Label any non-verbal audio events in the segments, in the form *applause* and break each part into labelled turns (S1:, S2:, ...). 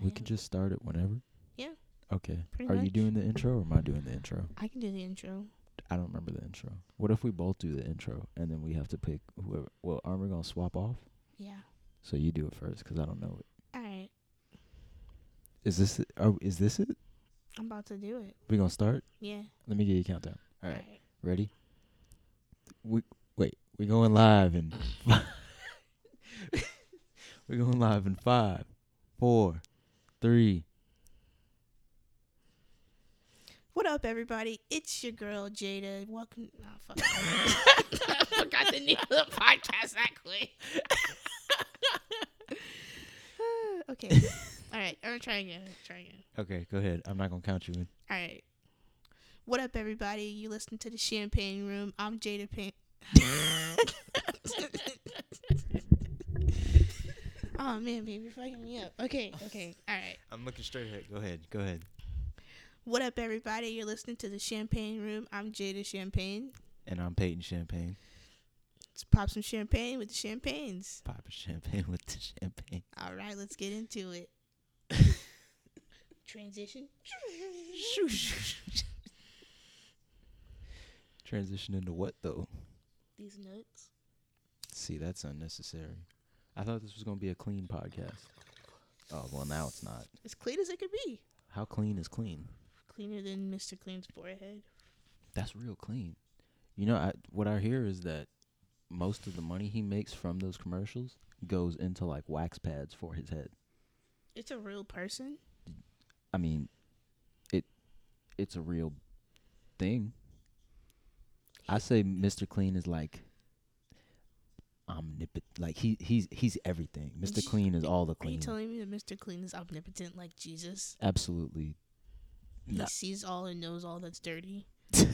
S1: We could just start it whenever.
S2: Yeah.
S1: Okay.
S2: Pretty
S1: Are you
S2: much.
S1: doing the intro or am I doing the intro?
S2: I can do the intro.
S1: I don't remember the intro. What if we both do the intro and then we have to pick whoever? Well, aren't we gonna swap off?
S2: Yeah.
S1: So you do it first because I don't know it.
S2: All right.
S1: Is this it? Oh, is this it?
S2: I'm about to do it.
S1: We gonna start?
S2: Yeah.
S1: Let me give you a countdown. All right.
S2: Alright.
S1: Ready? We wait. We going live in. *laughs* we going live in five, four, three.
S2: What up, everybody? It's your girl Jada. Welcome. Nah,
S1: *laughs*
S2: fuck. I forgot the name of the podcast that quick. *laughs* okay.
S1: *laughs*
S2: All right. I'm gonna try again. Try again.
S1: Okay, go ahead. I'm not gonna count you in.
S2: All right. What up, everybody? You listen to the Champagne Room. I'm Jada *laughs* Pan. oh man, baby, you're fucking me up. Okay, okay, all right.
S1: I'm looking straight ahead. Go ahead. Go ahead.
S2: What up, everybody? You're listening to the Champagne Room. I'm Jada Champagne.
S1: And I'm Peyton Champagne.
S2: Let's pop some champagne with the champagnes.
S1: Popping champagne *laughs* with the champagne.
S2: All right, let's get into it. *laughs* Transition.
S1: Transition into what though?
S2: These notes.
S1: See, that's unnecessary. I thought this was gonna be a clean podcast. Oh well, now it's not.
S2: As clean as it could be.
S1: How clean is clean?
S2: Cleaner than Mr. Clean's forehead.
S1: That's real clean. You know, I, what I hear is that most of the money he makes from those commercials goes into like wax pads for his head.
S2: It's a real person.
S1: I mean, it it's a real thing. I say Mr. Clean is like omnipotent. Like he he's he's everything. Mr. Clean is all the
S2: Are you
S1: clean.
S2: telling me that Mr. Clean is omnipotent like Jesus?
S1: Absolutely. No.
S2: He sees all and knows all that's dirty.
S1: *laughs*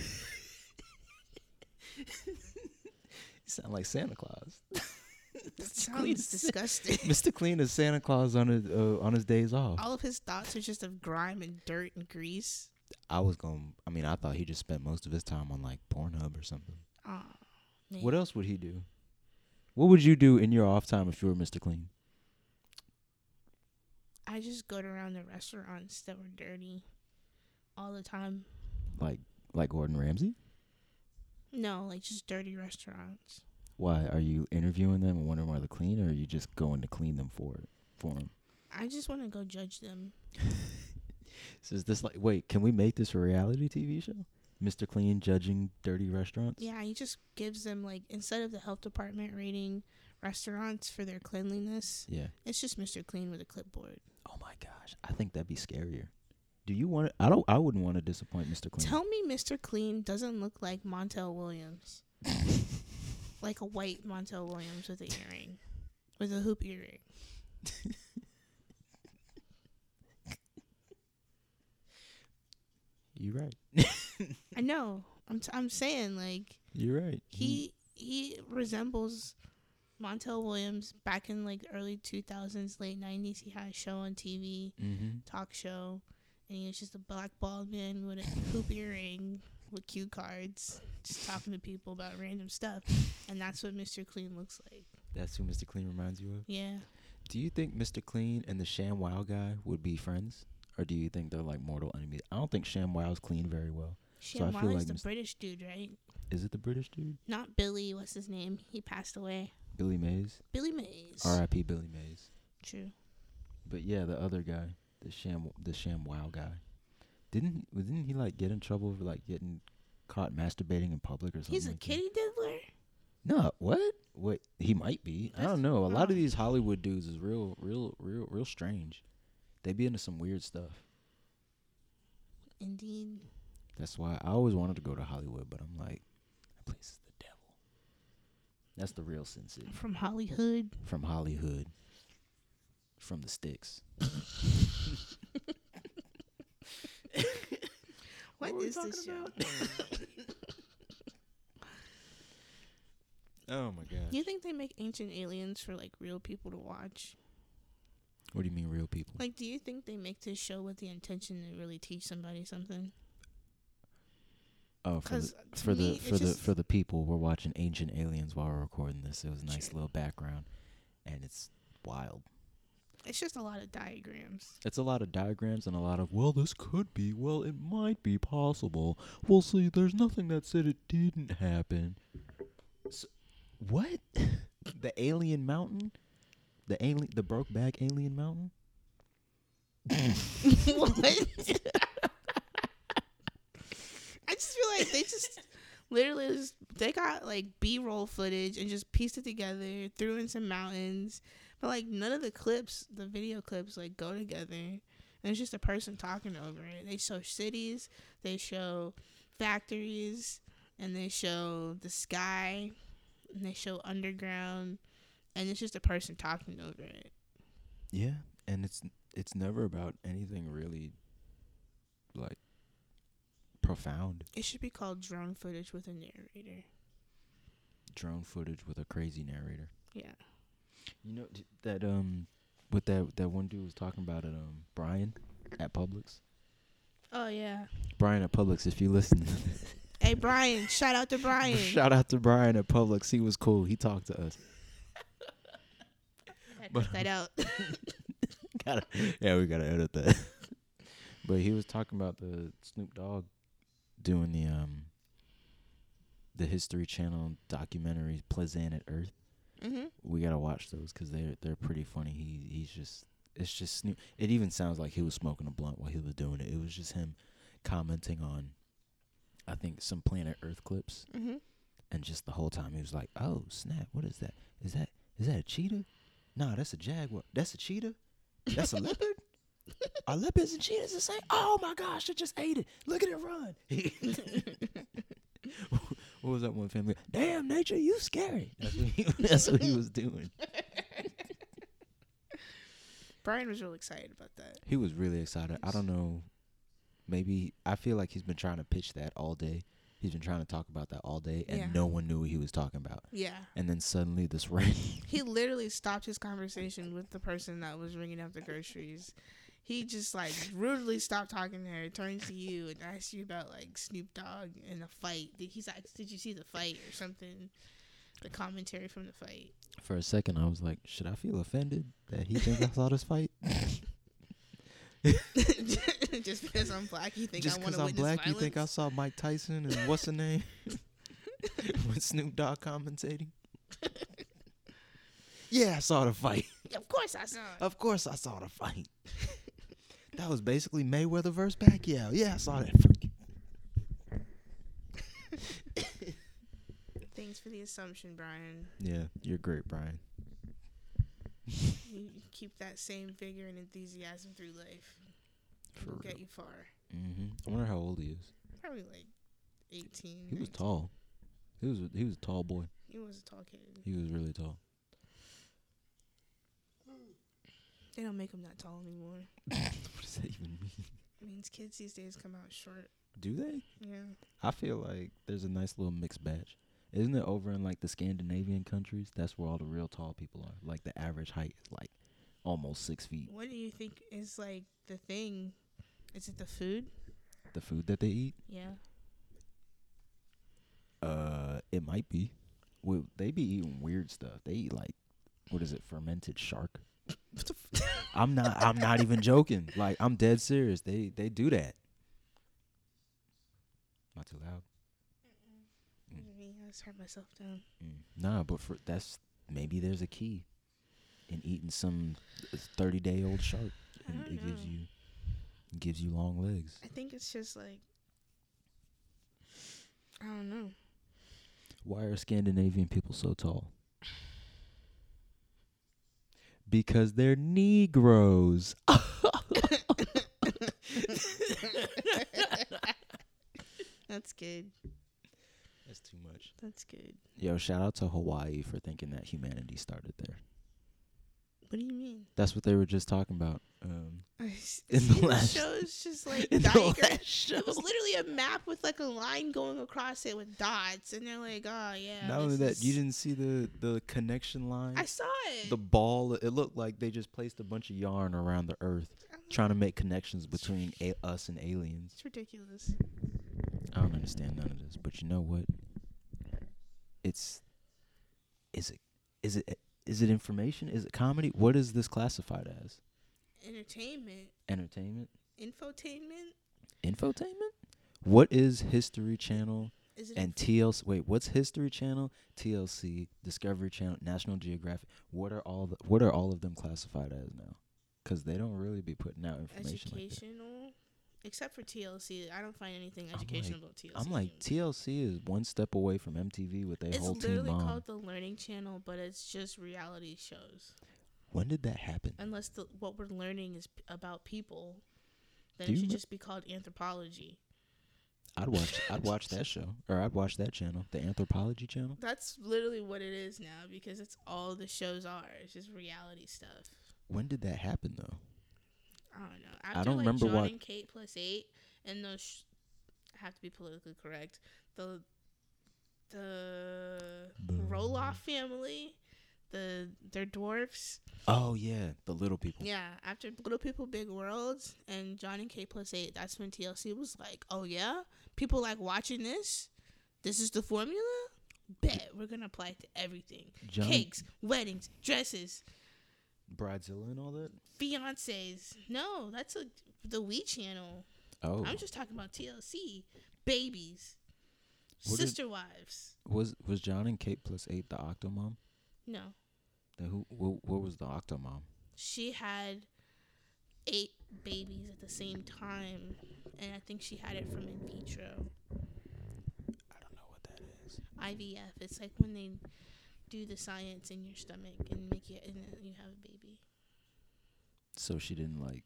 S1: You sound like Santa Claus. *laughs*
S2: That
S1: Clean *laughs*
S2: sounds disgusting.
S1: Mr. Clean is Santa Claus on his uh, on his days off.
S2: all of his thoughts are just of grime and dirt and grease.
S1: I was going I mean, I thought he just spent most of his time on like Pornhub or something.
S2: Aw, man.
S1: What else would he do? What would you do in your off time if you were Mr. Clean?
S2: I just go around the restaurants that were dirty all the time.
S1: Like like Gordon Ramsay?
S2: No, like just dirty restaurants.
S1: Why are you interviewing them and wondering why they're clean, or are you just going to clean them for it for them?
S2: I just want to go judge them.
S1: So is this like, wait, can we make this a reality TV show? Mr. Clean judging dirty restaurants.
S2: Yeah, he just gives them like instead of the health department rating restaurants for their cleanliness,
S1: Yeah.
S2: it's just Mr. Clean with a clipboard.
S1: Oh my gosh, I think that'd be scarier. Do you want? To, I don't. I wouldn't want to disappoint Mr. Clean.
S2: Tell me Mr. Clean doesn't look like Montel Williams. like a white Montel Williams with an earring. With a hoop earring.
S1: You're right.
S2: I know. I'm t- I'm saying like
S1: You're right.
S2: he he resembles Montel Williams back in like the early 2000s, late 90s. He had a show on TV,
S1: Mm-hmm.
S2: talk show, and he was just a black bald man with a hoop earring with cue cards, just talking to people about random stuff. And that's what Mr. Clean looks like.
S1: That's who Mr. Clean reminds you of.
S2: Yeah.
S1: Do you think Mr. Clean and the Sham Wow guy would be friends, or do you think they're like mortal enemies? I don't think Sham Wow's clean very well. I
S2: Sham
S1: feel
S2: Wiley's
S1: like
S2: the
S1: Mr.
S2: British dude, right?
S1: Is it the British dude,
S2: Not Billy, what's his name? He passed away.
S1: Billy Mays?
S2: Billy Mays.
S1: R.I.P. Billy Mays.
S2: True.
S1: But yeah, the other guy, the sham, the sham wow guy, didn't he- didn't he like get in trouble for like getting caught masturbating in public or something?
S2: He's a
S1: like that?
S2: kitty diddler?
S1: No, what? What? He might be. I
S2: That's-
S1: don't know. A lot
S2: oh.
S1: of these Hollywood dudes is real, real, real, real strange. They be into some weird stuff.
S2: Indeed.
S1: That's why I always wanted to go to Hollywood, but I'm like, that place is the devil. That's the real Sin City
S2: From Hollywood.
S1: from Hollywood, from the sticks.
S2: What
S1: were we
S2: is this
S1: talking
S2: show? *laughs*
S1: Oh my god!
S2: Do you think they make ancient aliens for like real people to watch?
S1: What do you mean, real people?
S2: Like, do you think they make this show with the intention to really teach somebody something?
S1: Oh, for the,
S2: 'Cause to
S1: for the
S2: me,
S1: for
S2: it's
S1: the
S2: just-
S1: for the people, we're watching Ancient Aliens while we're recording this. It was a nice little background, and it's wild.
S2: It's just a lot of diagrams.
S1: It's a lot of diagrams and a lot of, well, this could be, well, it might be possible. We'll see, there's nothing that said it didn't happen. S what? *laughs* the alien mountain? The alien, the Brokeback alien mountain?
S2: what? I just feel like they just literally just, they got like B roll footage and just pieced it together, threw in some mountains, but like none of the clips, the video clips, like go together. And it's just a person talking over it. They show cities, they show factories, and they show the sky, and they show underground, and it's just a person talking over it.
S1: Yeah, and it's it's never about anything really like profound.
S2: It should be called drone footage with a narrator.
S1: Drone footage with a crazy narrator.
S2: Yeah.
S1: You know d- that um with that that one dude was talking about it um Brian at Publix.
S2: Oh yeah.
S1: Brian at Publix, if you listen,
S2: Hey Brian, shout out to
S1: *laughs*
S2: Brian.
S1: shout out to Brian at Publix. He was cool. He talked to us.
S2: Had to
S1: but-
S2: cut that
S1: *laughs*
S2: out.
S1: gotta, yeah, we gotta edit that. *laughs* but he was talking about the Snoop Dogg doing the um the History Channel documentary Planet Earth.
S2: hmm
S1: We gotta watch those because they're they're pretty funny. He he's just it's just Snoop. It even sounds like he was smoking a blunt while he was doing it. It was just him commenting on, I think some Planet Earth clips
S2: hmm
S1: and just the whole time he was like, "Oh snap! What is that? Is that is that a cheetah? Nah, that's a jaguar. That's a cheetah. That's a *laughs* leopard. Are leopards and cheetahs the same? Oh my gosh! I just ate it. Look at it *laughs* run. what was that one family? Damn nature, you scary. *laughs* That's what he, that's what he was doing.
S2: Brian was real excited about that.
S1: He was really excited. I don't know. Maybe I feel like he's been trying to pitch that all day. He's been trying to talk about that all day, and
S2: Yeah.
S1: no one knew what he was talking about.
S2: Yeah.
S1: And then suddenly, this *laughs* random
S2: He literally stopped his conversation with the person that was ringing up the groceries. He just like rudely stopped talking to her, turns to you and asks you about like Snoop Dogg and the fight. Did- He's like, "Did you see the fight or something?" The commentary from the fight. *laughs*
S1: For a second, I was like, should I feel offended that he thinks I saw this fight?
S2: just because I'm black, you *laughs* think
S1: Just
S2: I want
S1: because
S2: to
S1: I'm
S2: witness
S1: black,
S2: violence?
S1: you think I saw Mike Tyson and what's the name?
S2: *laughs*
S1: With Snoop Dogg commentating? yeah, I saw the fight.
S2: Yeah, of course I saw. it.
S1: Of course, I saw the fight. that was basically Mayweather versus Pacquiao. Yeah, I saw that fight.
S2: Thanks for the assumption, Brian.
S1: Yeah, you're great, Brian.
S2: You keep that same vigor and enthusiasm through life.
S1: For
S2: It'll
S1: real.
S2: get you far.
S1: hmm I wonder how old he is.
S2: Probably like 18.
S1: He
S2: 19.
S1: was tall. He was he was a tall boy.
S2: He was a tall kid.
S1: He was really tall.
S2: They don't make him that tall anymore.
S1: *laughs* What does that even mean?
S2: It means kids these days come out short.
S1: Do they?
S2: Yeah.
S1: I feel like there's a nice little mixed batch. Isn't it over in like the Scandinavian countries? That's where all the real tall people are. Like the average height is like almost six feet.
S2: What do you think is like the thing? Is it the food?
S1: The food that they eat,
S2: Yeah.
S1: uh, it might be. Well, they be eating weird stuff. They eat like, what is it, fermented shark? I'm not. I'm not even joking. Like I'm dead serious. They they do that. Not too loud. Mm.
S2: I mean, I just heard myself down.
S1: Mm. Nah, but for that's maybe there's a key in eating some thirty day old shark.
S2: I
S1: And
S2: don't
S1: it gives
S2: know.
S1: you gives you long legs.
S2: I think it's just like I don't
S1: *laughs*
S2: know. *laughs*
S1: Why are Scandinavian people so tall? Because they're Negroes.
S2: That's good.
S1: That's too much.
S2: That's good.
S1: Yo, shout out to Hawaii for thinking that humanity started there.
S2: What do you mean?
S1: That's what they were just talking about. Um, *laughs*
S2: In
S1: the last-
S2: show is
S1: *laughs*
S2: just like
S1: in the
S2: diagram.
S1: last
S2: *laughs*
S1: show.
S2: It was literally a map with like a line going across it with dots, and they're like, "Oh yeah."
S1: Not only
S2: this
S1: that, you
S2: is-
S1: didn't see the the connection line.
S2: I saw it.
S1: the ball it looked like they just placed a bunch of yarn around the earth trying to make connections between a- us and aliens
S2: it's ridiculous.
S1: i don't understand none of this but you know what it's is it is it is it information? Is it comedy? What is this classified as?
S2: Entertainment,
S1: Entertainment?
S2: infotainment.
S1: Infotainment? What is History Channel
S2: Is it?
S1: and TLC? Wait, what's History Channel, TLC, Discovery Channel, National Geographic? What are all the, what are all of them classified as now? Because they don't really be putting out *laughs* information like that.
S2: educational, except for TLC. I don't find anything
S1: like-
S2: educational about TLC.
S1: I'm like TLC is one step away from MTV with their
S2: it's
S1: whole team
S2: literally
S1: on.
S2: called the Learning Channel, but it's just reality shows.
S1: when did that happen?
S2: Unless the, what we're learning is p- about people, then
S1: Do
S2: it
S1: you
S2: should
S1: re-
S2: just be called anthropology.
S1: I'd watch I'd watch that show or I'd watch that channel, the Anthropology channel.
S2: That's literally what it is now because it's all the shows are. It's just reality stuff.
S1: When did that happen though?
S2: I don't know. After,
S1: don't
S2: like,
S1: remember
S2: John
S1: what-
S2: and Kate plus eight and those. Sh- I have to be politically correct. The the
S1: The-
S2: Roloff family, the they're dwarfs.
S1: Oh yeah, the little people.
S2: Yeah, after Little People Big Worlds and John and K plus eight, that's when TLC was like, Oh yeah? People like watching this? This is the formula? Bet we're gonna apply it to everything.
S1: John
S2: Cakes, weddings, dresses,
S1: Bridezilla and all that.
S2: fiancés. No, that's a the We channel.
S1: Oh,
S2: I'm just talking about TLC. Babies.
S1: What did-
S2: sister wives.
S1: was was John and Kate plus eight the Octomom?
S2: No.
S1: Then who? What, what was the Octomom?
S2: She had eight babies at the same time and I think she had it from in vitro.
S1: I don't know what that is.
S2: IVF. It's like when they do the science in your stomach and make you and then you have a baby.
S1: So she didn't like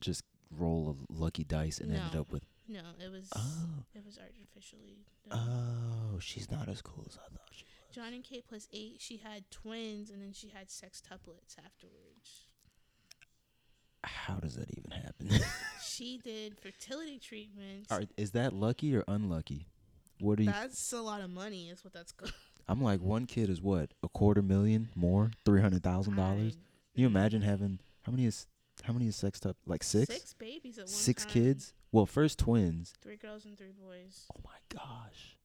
S1: just roll a lucky dice and ended
S2: No.
S1: up with.
S2: No, it was
S1: Oh,
S2: it was artificially. done.
S1: oh, she's not as cool as I thought she was.
S2: John and Kate plus eight. She had twins and then she had sextuplets afterwards.
S1: How does that even happen?
S2: she did fertility treatments.
S1: Are, is that lucky or unlucky? What do you?
S2: That's a lot of money. Is what that's called.
S1: I'm like one kid is what a quarter million more, three hundred thousand dollars. Can you imagine having how many is how many is sexed up? Like six?
S2: Six babies at one
S1: Six
S2: time.
S1: kids? Well, first twins.
S2: Three girls and three boys.
S1: Oh my gosh.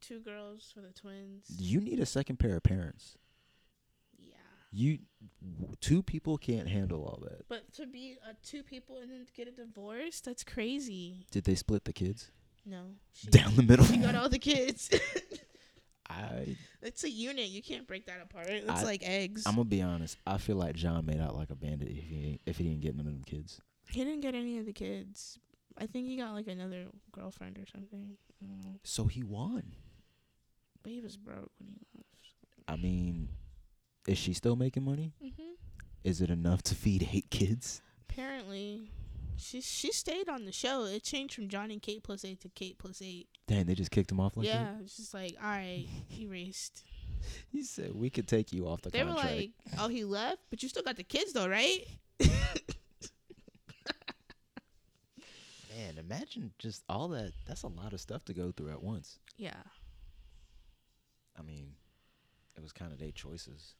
S2: Two girls for the twins.
S1: You need a second pair of parents.
S2: Yeah.
S1: You two people can't handle all that.
S2: But to be uh, two people and then to get a divorce, that's crazy.
S1: Did they split the kids
S2: No. She,
S1: *laughs* down the middle?
S2: she got all the kids. *laughs*
S1: I
S2: it's a unit. You can't break that apart. It's
S1: I-
S2: like eggs.
S1: I'm gonna be honest. I feel like John made out like a bandit if he ain't- if he didn't get none of them kids.
S2: he didn't get any of the kids. I think he got like another girlfriend or something. I don't know.
S1: So he won.
S2: But he was broke when he left.
S1: I mean, is she still making money?
S2: hmm
S1: Is it enough to feed eight kids?
S2: Apparently, she she stayed on the show. It changed from John and Kate plus eight to Kate plus eight.
S1: Dang, they just kicked him off like
S2: yeah, it's just like all
S1: *laughs*
S2: right, erased.
S1: that. He said, "We could take you off the
S2: they were
S1: contract."
S2: like, oh, he left, but you still got the kids though, right?
S1: Man, imagine just all that. That's a lot of stuff to go through at once.
S2: Yeah.
S1: I mean, it was kind of their choices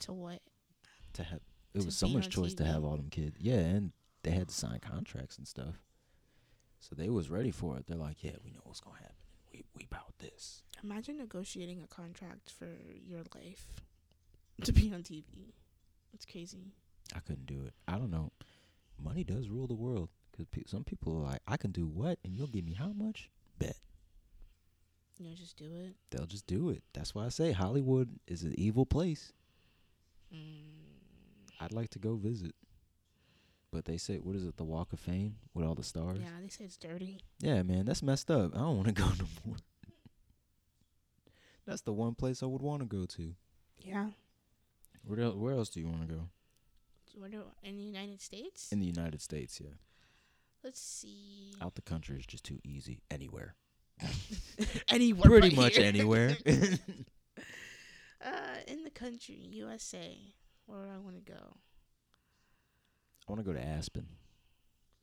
S2: To what?
S1: to have. It
S2: To
S1: was so
S2: be
S1: much
S2: on
S1: choice to
S2: TV.
S1: have all them kids. Yeah, and they had to sign contracts and stuff. So they was ready for it. They're like, yeah, we know what's gonna happen. We we about this.
S2: Imagine negotiating a contract for your life *laughs* to be on TV. It's crazy.
S1: I couldn't do it. I don't know. Money does rule the world because pe- some people are like, I can do what, and you'll give me how much? Bet
S2: You know, just do it.
S1: they'll just do it. That's why I say Hollywood is an evil place. I'd like to go visit. But they say, what is it, the Walk of Fame with all the stars?
S2: Yeah, they say it's dirty.
S1: Yeah, man, that's messed up. I don't want to go *laughs* no more. That's the one place I would want to go to.
S2: Yeah.
S1: Where else, where else do you want to go?
S2: What do, in the United States?
S1: In the United States, yeah.
S2: Let's see.
S1: Out the country is just too easy. Anywhere.
S2: *laughs*
S1: *laughs*
S2: Anywhere.
S1: Pretty
S2: right
S1: much
S2: here. *laughs*
S1: anywhere.
S2: Uh, in the country, USA. Where would I want to go?
S1: I want to go to Aspen.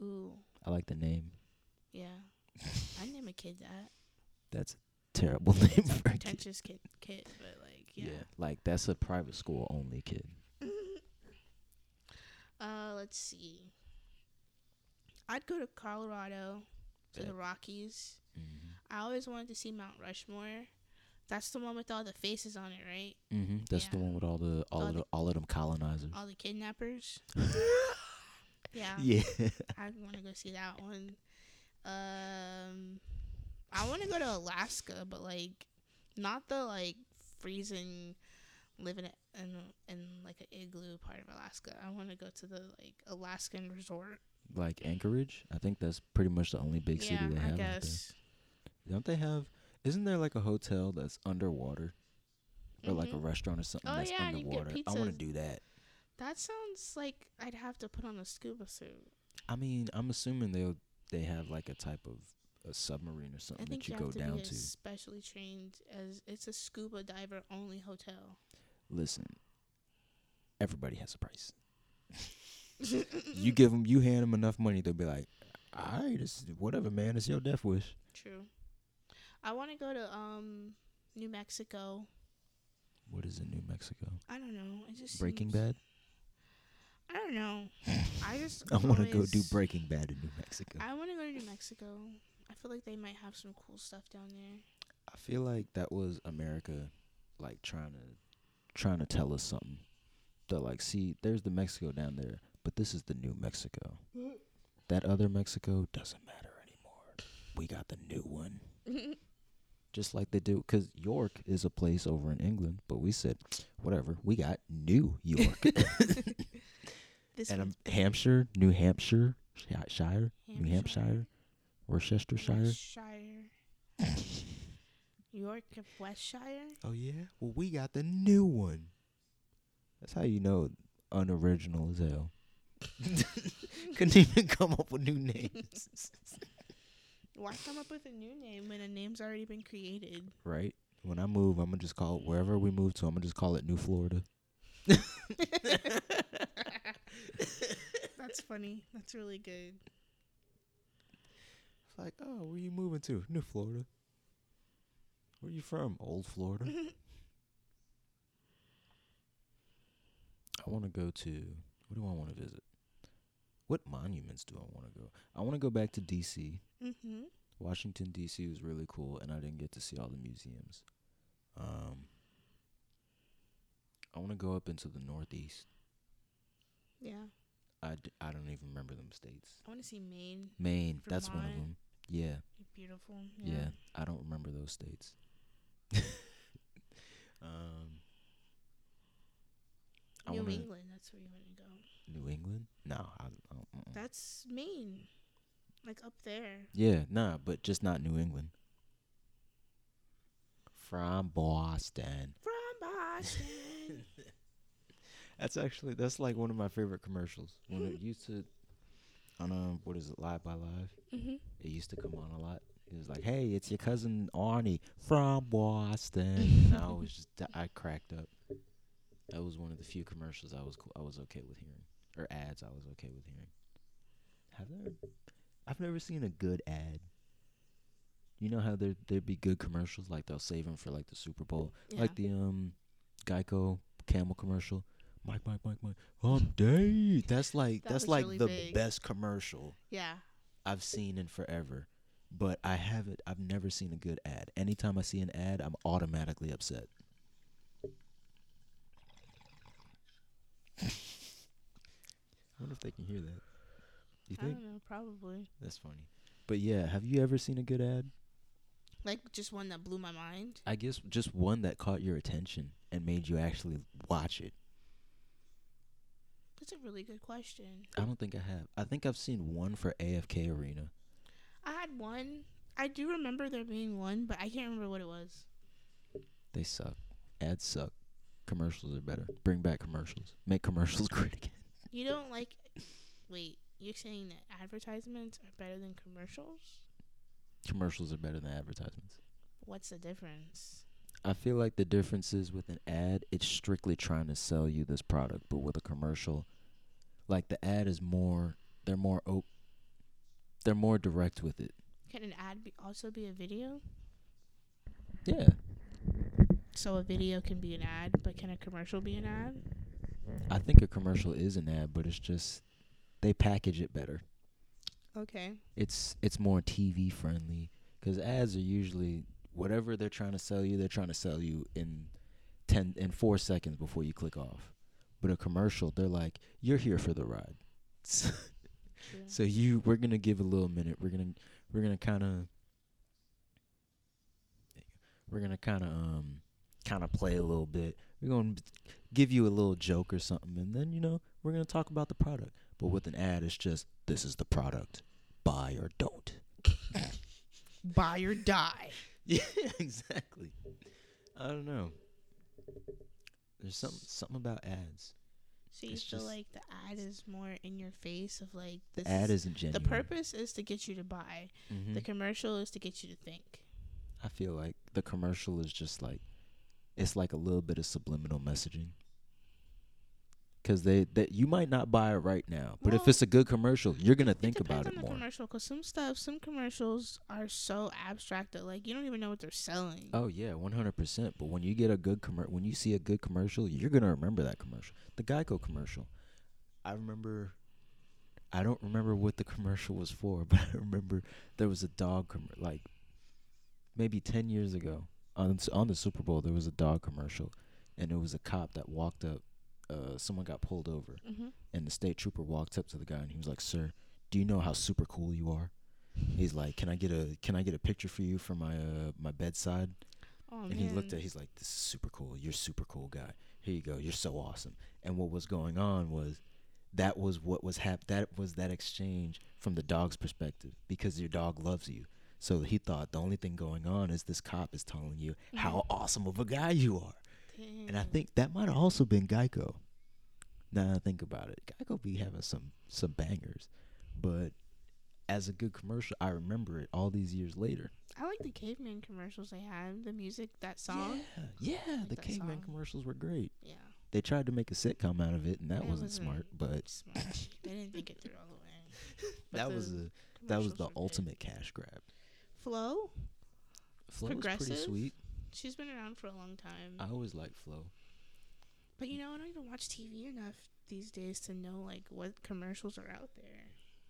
S2: Ooh,
S1: I like
S2: *laughs*
S1: the name. *laughs*
S2: yeah. I name a kid that
S1: That's a terrible *laughs* name for a kid.
S2: pretentious kid, kid, but like
S1: Yeah.
S2: yeah.
S1: Like, that's a private school only kid.
S2: Uh, let's see. I'd go to Colorado, to
S1: Yeah.
S2: the Rockies.
S1: Mm-hmm.
S2: I always wanted to see Mount Rushmore, That's the one with all the faces on it, right?
S1: Mm-hmm. That's the
S2: Yeah.
S1: one with all the all
S2: All
S1: of
S2: the-
S1: the, all of them
S2: *laughs*
S1: colonizers.
S2: All the kidnappers. Yeah,
S1: *laughs* yeah.
S2: I want to go see that one. Um, I want to go to Alaska, but like, not the like freezing, living in in like an igloo part of Alaska. I want to go to the like Alaskan resort.
S1: like Anchorage. I think that's pretty much the only big
S2: yeah,
S1: city they
S2: I
S1: have. out there.
S2: guess.
S1: Don't they have? Isn't there like a hotel that's underwater, or like a
S2: Mhm.
S1: restaurant or something
S2: Oh,
S1: that's
S2: yeah, and you can get
S1: underwater? I want
S2: pizzas.
S1: to do that.
S2: That sounds like I'd have to put on a scuba suit.
S1: I mean, I'm assuming they will they have like a type of a submarine or
S2: I
S1: something
S2: think
S1: that
S2: you,
S1: you
S2: have
S1: go
S2: to
S1: down
S2: be
S1: to.
S2: specially trained as it's a scuba diver only hotel.
S1: Listen, everybody has a price. *laughs*
S2: *laughs*
S1: You give them, you hand them enough money, they'll be like, "All right, it's whatever, man. It's your death wish."
S2: True. I want to go to um New Mexico.
S1: What is in New Mexico?
S2: I don't know. It just
S1: Breaking
S2: seems-
S1: Bad.
S2: I don't know.
S1: *laughs*
S2: I just
S1: I want to go do
S2: always-
S1: Breaking Bad in New Mexico.
S2: I want to go to New Mexico. I feel like they might have some cool stuff down there.
S1: I feel like that was America, like trying to, trying to tell us something. That like, see, there's the Mexico down there, but this is the new Mexico. That other Mexico doesn't matter anymore. We got the new one, just like they do. Cause York is a place over in England, but we said, whatever, we got New York
S2: this
S1: and
S2: one's
S1: um, Hampshire, New Hampshire, Shi- Shire, New Hampshire, Worcestershire.
S2: Yorkshire, York of Westshire.
S1: Oh yeah. Well, we got the new one. That's how you know unoriginal as hell. *laughs* Couldn't even come up with new names,
S2: *laughs* Why come up with a new name when a name's already been created?
S1: right? When I move, I'm gonna just call it wherever we move to. I'm gonna just call it New Florida.
S2: That's funny. That's really good.
S1: It's like, oh, where you moving to? New Florida. Where you from? Old Florida. I want to go to. What do I want to visit? What monuments do I want to go? I want to go back to D.C.
S2: Mm-hmm.
S1: Washington D.C. was really cool, and I didn't get to see all the museums. Um, I want to go up into the Northeast.
S2: Yeah.
S1: I, d- I don't even remember them states.
S2: I want to see Maine.
S1: Maine, that's one of
S2: Vermont.
S1: them. Yeah,
S2: Beautiful.
S1: yeah, I don't remember those states. *laughs* um, I
S2: New
S1: wanna-
S2: England. That's where you want to go.
S1: New England? No, I, I don't. mm-mm.
S2: That's Maine. Like up there.
S1: Yeah, nah, but just not New England. From Boston.
S2: From Boston.
S1: *laughs* That's actually that's like one of my favorite commercials. When it used to on um what is it, Live by Live?
S2: mm-hmm.
S1: It used to come on a lot. It was like, Hey, it's your cousin Arnie from
S2: *laughs*
S1: Boston and I was just I cracked up. That was one of the few commercials I was cool I was okay with hearing. Or ads I was okay with hearing. Have there I've never seen a good ad. You know how there there'd be good commercials, like they'll save them for like the Super Bowl. Like the um Geico camel commercial. Mike, Mike, Mike, Mike.
S2: *laughs*
S1: Hump day. That's like
S2: That
S1: that's
S2: was
S1: like
S2: really
S1: the
S2: big.
S1: best commercial
S2: yeah.
S1: I've seen in forever. But I haven't I've never seen a good ad. Anytime I see an ad, I'm automatically upset. I wonder if they can hear that. You
S2: I
S1: think?
S2: don't know. Probably.
S1: That's funny. But yeah, have you ever seen a good ad?
S2: Like just one that blew my mind.
S1: I guess just one that caught your attention and made you actually watch it.
S2: That's a really good question.
S1: I don't think I have. I think I've seen one for AFK Arena.
S2: I had one. I do remember there being one, but I can't remember what it was.
S1: They suck. Ads suck. Commercials are better. Bring back commercials. Make commercials *laughs* great again.
S2: You don't like. Wait, you're saying that advertisements are better than commercials?
S1: Commercials are better than advertisements.
S2: What's the difference?
S1: I feel like the difference is with an ad, it's strictly trying to sell you this product, but with a commercial, like the ad is more, they're more op- they're more direct with it.
S2: Can an ad be also be a video?
S1: Yeah,
S2: So a video can be an ad, but can a commercial be an ad?
S1: I think a commercial is an ad, but it's just they package it better.
S2: Okay.
S1: it's it's more TV friendly because ads are usually whatever they're trying to sell you, they're trying to sell you in ten in four seconds before you click off. But a commercial, they're like, "You're here for the ride." *laughs* So, so you, we're gonna give a little minute. We're gonna, we're gonna kind of, we're gonna kind of, um, kind of play a little bit. We're gonna b- give you a little joke or something, and then you know we're gonna talk about the product. But with an ad, it's just this is the product, buy or don't. *laughs*
S2: Buy or die.
S1: Yeah, exactly. I don't know. There's something something about ads.
S2: So you
S1: It's
S2: feel
S1: just-
S2: like the ad is more in your face of like this.
S1: The ad
S2: is,
S1: isn't
S2: the
S1: genuine.
S2: purpose is to get you to buy.
S1: Mhm.
S2: The commercial is to get you to think.
S1: I feel like the commercial is just like it's like a little bit of subliminal messaging. Cause they that you might not buy it right now, but if
S2: Well,
S1: it's a good commercial, you're gonna think
S2: it depends
S1: about it
S2: on the
S1: more.
S2: commercial because some stuff, some commercials are so abstract that like you don't even know what they're selling.
S1: Oh yeah, one hundred percent. But when you get a good commer- when you see a good commercial, you're gonna remember that commercial. The Geico commercial. I remember. I don't remember what the commercial was for, *laughs* but I remember there was a dog com- like maybe ten years ago on s- on the Super Bowl there was a dog commercial, and it was a cop that walked up. Uh, someone got pulled over,
S2: hmm
S1: and the state trooper walked up to the guy and he was like, "Sir, do you know how super cool you are?" He's like, "Can I get a can I get a picture for you for my uh, my bedside?"
S2: Oh
S1: and
S2: man.
S1: he looked at he's like this is super cool you're a super cool guy here you go you're so awesome and what was going on was that was what was hap- that was that exchange from the dog's perspective because your dog loves you so he thought the only thing going on is this cop is telling you
S2: Mm-hmm.
S1: how awesome of a guy you are and i
S2: Dang.
S1: think that might have also been geico now that i think about it geico be having some some bangers but as a good commercial i remember it all these years later
S2: I like the caveman commercials they had. The music, that song.
S1: yeah yeah the
S2: that
S1: caveman
S2: song.
S1: commercials were great
S2: Yeah.
S1: they tried to make a sitcom out of it, and that
S2: That
S1: wasn't
S2: wasn't-
S1: smart. But
S2: Smart.
S1: *laughs*
S2: they didn't think it through all the way. But
S1: that was
S2: the
S1: a that was
S2: commercials
S1: the
S2: were good.
S1: ultimate cash grab.
S2: Flo,
S1: Flo was pretty
S2: Progressive? Mm.
S1: sweet.
S2: she's been around for a long time.
S1: I always liked Flo.
S2: But you know, I don't even watch TV enough these days to know like what commercials are out there.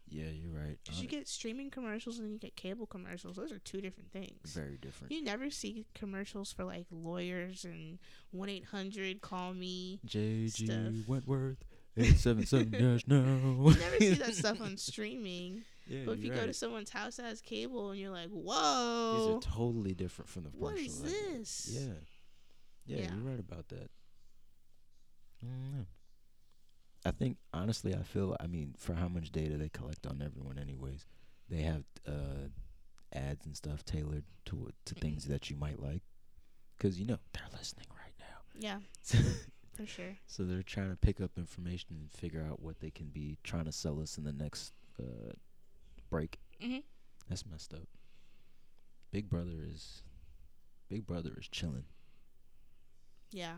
S1: Yeah, you're right.
S2: 'Cause you get streaming commercials and then you get cable commercials. Those are two different things.
S1: very different.
S2: You never see commercials for like lawyers and one eight hundred call
S1: *laughs*
S2: me.
S1: J.G.
S2: stuff. *laughs*
S1: Wentworth, eight seven seven dash now.
S2: You never see that stuff on streaming.
S1: *laughs* Yeah,
S2: But if you
S1: you're
S2: go to
S1: right.
S2: someone's house that has cable and you're like,
S1: these
S2: Whoa
S1: are totally different from the
S2: What
S1: commercial
S2: is
S1: I did.
S2: this?
S1: Yeah. yeah,
S2: Yeah.
S1: you're right about that. I don't know. I think honestly, I feel. I mean, for how much data they collect on everyone, anyways, they have uh, ads and stuff tailored to what- to things that you might like, because you know they're listening right now. *laughs*
S2: Yeah, for sure.
S1: so they're trying to pick up information and figure out what they can be trying to sell us in the next uh, break.
S2: hmm
S1: That's messed up. Big Brother is, Big Brother is chilling.
S2: Yeah.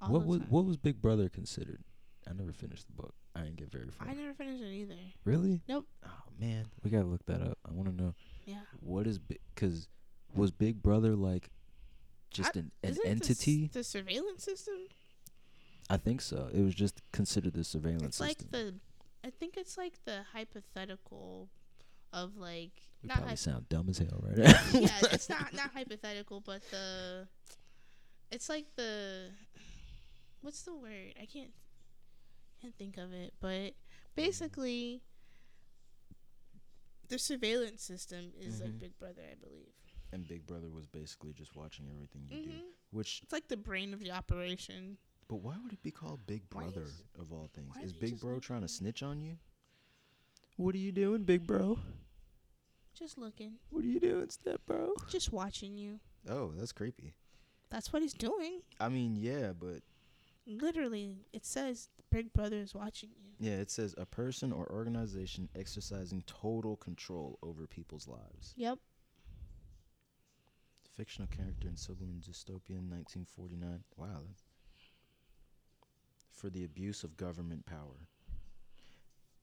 S2: All
S1: What
S2: the
S1: was
S2: time.
S1: what was Big Brother considered? I never finished the book. I didn't get very far.
S2: I never finished it either.
S1: Really?
S2: Nope.
S1: Oh man, we gotta look that up. I want to know
S2: Yeah.
S1: what is because was Big Brother like just an, an
S2: Isn't it the s-
S1: entity?
S2: The, surveillance system.
S1: I think so. It was just considered the surveillance
S2: It's like
S1: system.
S2: the. I think it's like the hypothetical, of like
S1: we
S2: not
S1: probably
S2: hy-
S1: sound dumb as hell right *laughs* now.
S2: yeah. It's not not hypothetical, but the. It's like the. What's the word? I can't. Can't think of it, but basically. The surveillance system is
S1: Mhm.
S2: like Big Brother, I believe.
S1: and Big Brother was basically just watching everything you do.
S2: hmm
S1: Which,
S2: It's like the brain of the operation.
S1: but why would it be called Big
S2: Why
S1: Brother
S2: is-
S1: of all things?
S2: why
S1: Is
S2: is he
S1: Big
S2: just
S1: Bro
S2: like
S1: trying to
S2: that?
S1: snitch on you? What are you doing, Big Bro?
S2: Just looking,
S1: What are you doing, Step Bro?
S2: just watching you.
S1: Oh, that's creepy.
S2: That's what he's doing.
S1: I mean, yeah, but
S2: Literally, it says Big Brother is watching you.
S1: yeah, it says a person or organization exercising total control over people's lives.
S2: Yep.
S1: Fictional character in Sibling Dystopian 1949. Wow. that- For the abuse of government power.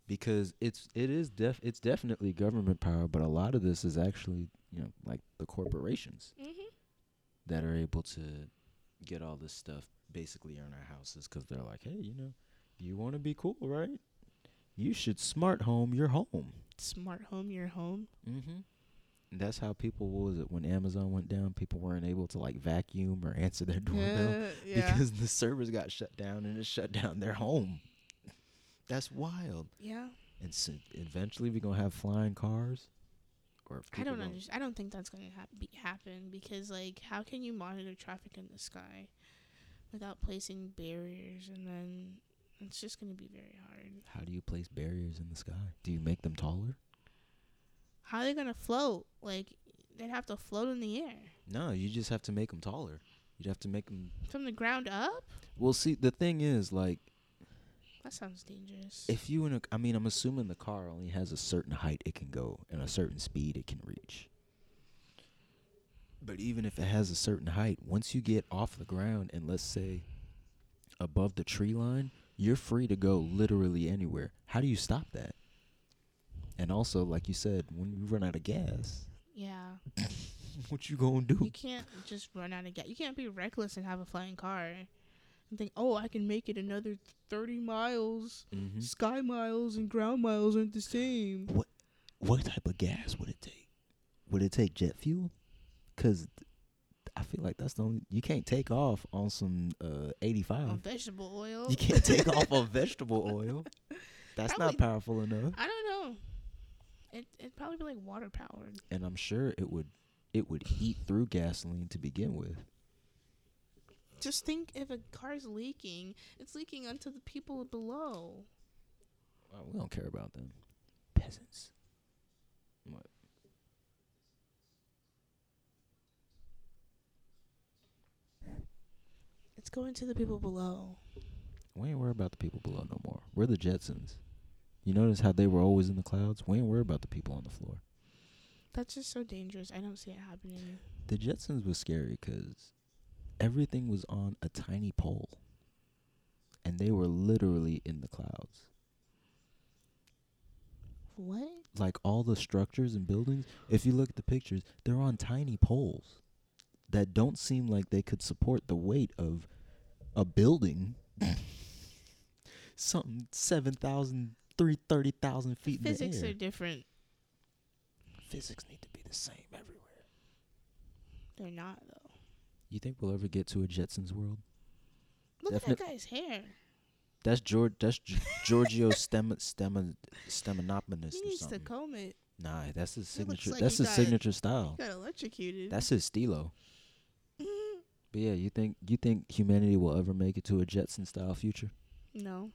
S1: Because it's it is def it's definitely government power, but a lot of this is actually, you know, like the corporations
S2: Mm-hmm.
S1: that are able to get all this stuff basically in our houses because they're like, hey, you know, you want to be cool, right? You should smart home your home.
S2: Smart home, your home.
S1: Mm-hmm. that's how people what was it when Amazon went down, people weren't able to like vacuum or answer their *laughs* doorbell
S2: Yeah,
S1: *laughs*
S2: yeah.
S1: because the servers got shut down and it shut down their home. That's wild.
S2: yeah.
S1: And so eventually we're gonna have flying cars. Or if
S2: I
S1: people
S2: don't understand. I don't think that's going to hap- be- happen because, like, how can you monitor traffic in the sky without placing barriers? And then it's just going to be very hard.
S1: How do you place barriers in the sky? Do you make them taller?
S2: How are they going to float? Like, they'd have to float in the air
S1: No, you just have to make them taller. You'd have to make them.
S2: from the ground up.
S1: Well, see, the thing is, like,
S2: That sounds dangerous.
S1: if you in a, I mean, I'm assuming the car only has a certain height it can go and a certain speed it can reach. But even if it has a certain height, once you get off the ground and let's say above the tree line, you're free to go literally anywhere. How do you stop that? And also, like you said, when you run out of gas, *laughs*
S2: yeah,
S1: what you gonna do?
S2: you can't just run out of gas. You can't be reckless and have a flying car and think, "Oh, I can make it another thirty miles.
S1: Mm-hmm.
S2: Sky miles and ground miles aren't the same."
S1: what type of gas would it take? Would it take jet fuel? Because I feel like that's the only you can't take off on some uh,
S2: Or
S1: 85.
S2: vegetable oil.
S1: You can't take off on vegetable oil. That's
S2: Probably-
S1: not powerful enough.
S2: I don't know. It it'd probably be like water powered.
S1: And I'm sure it would it would eat through gasoline to begin with.
S2: Just think if a car's leaking, it's leaking onto the people below.
S1: Oh, we don't care about them. Peasants. What?
S2: It's going to the people below.
S1: We ain't worry about the people below no more. We're the Jetsons. You notice how they were always in the clouds? We ain't worry about the people on the floor.
S2: That's just so dangerous. I don't see it happening.
S1: The Jetsons was scary because everything was on a tiny pole, and they were literally in the clouds.
S2: What?
S1: Like all the structures and buildings, if you look at the pictures, they're on tiny poles that don't seem like they could support the weight of a building. *laughs* Something seven thousand, three thirty thousand feet
S2: Physics
S1: in
S2: are
S1: the air.
S2: different.
S1: Physics need to be the same everywhere.
S2: They're not though.
S1: You think we'll ever get to a Jetsons world?
S2: Look at
S1: Definite-
S2: that guy's hair.
S1: That's George. That's G-
S2: *laughs*
S1: Giorgio Stem Stem Steminopoulos
S2: He
S1: or
S2: needs to
S1: something.
S2: comb it.
S1: Nah, that's his
S2: He looks
S1: signature.
S2: like
S1: that's
S2: he
S1: his
S2: got-
S1: signature style.
S2: Got electrocuted.
S1: That's his stilo. But yeah, you think you think humanity will ever make it to a Jetson style future?
S2: *laughs* no,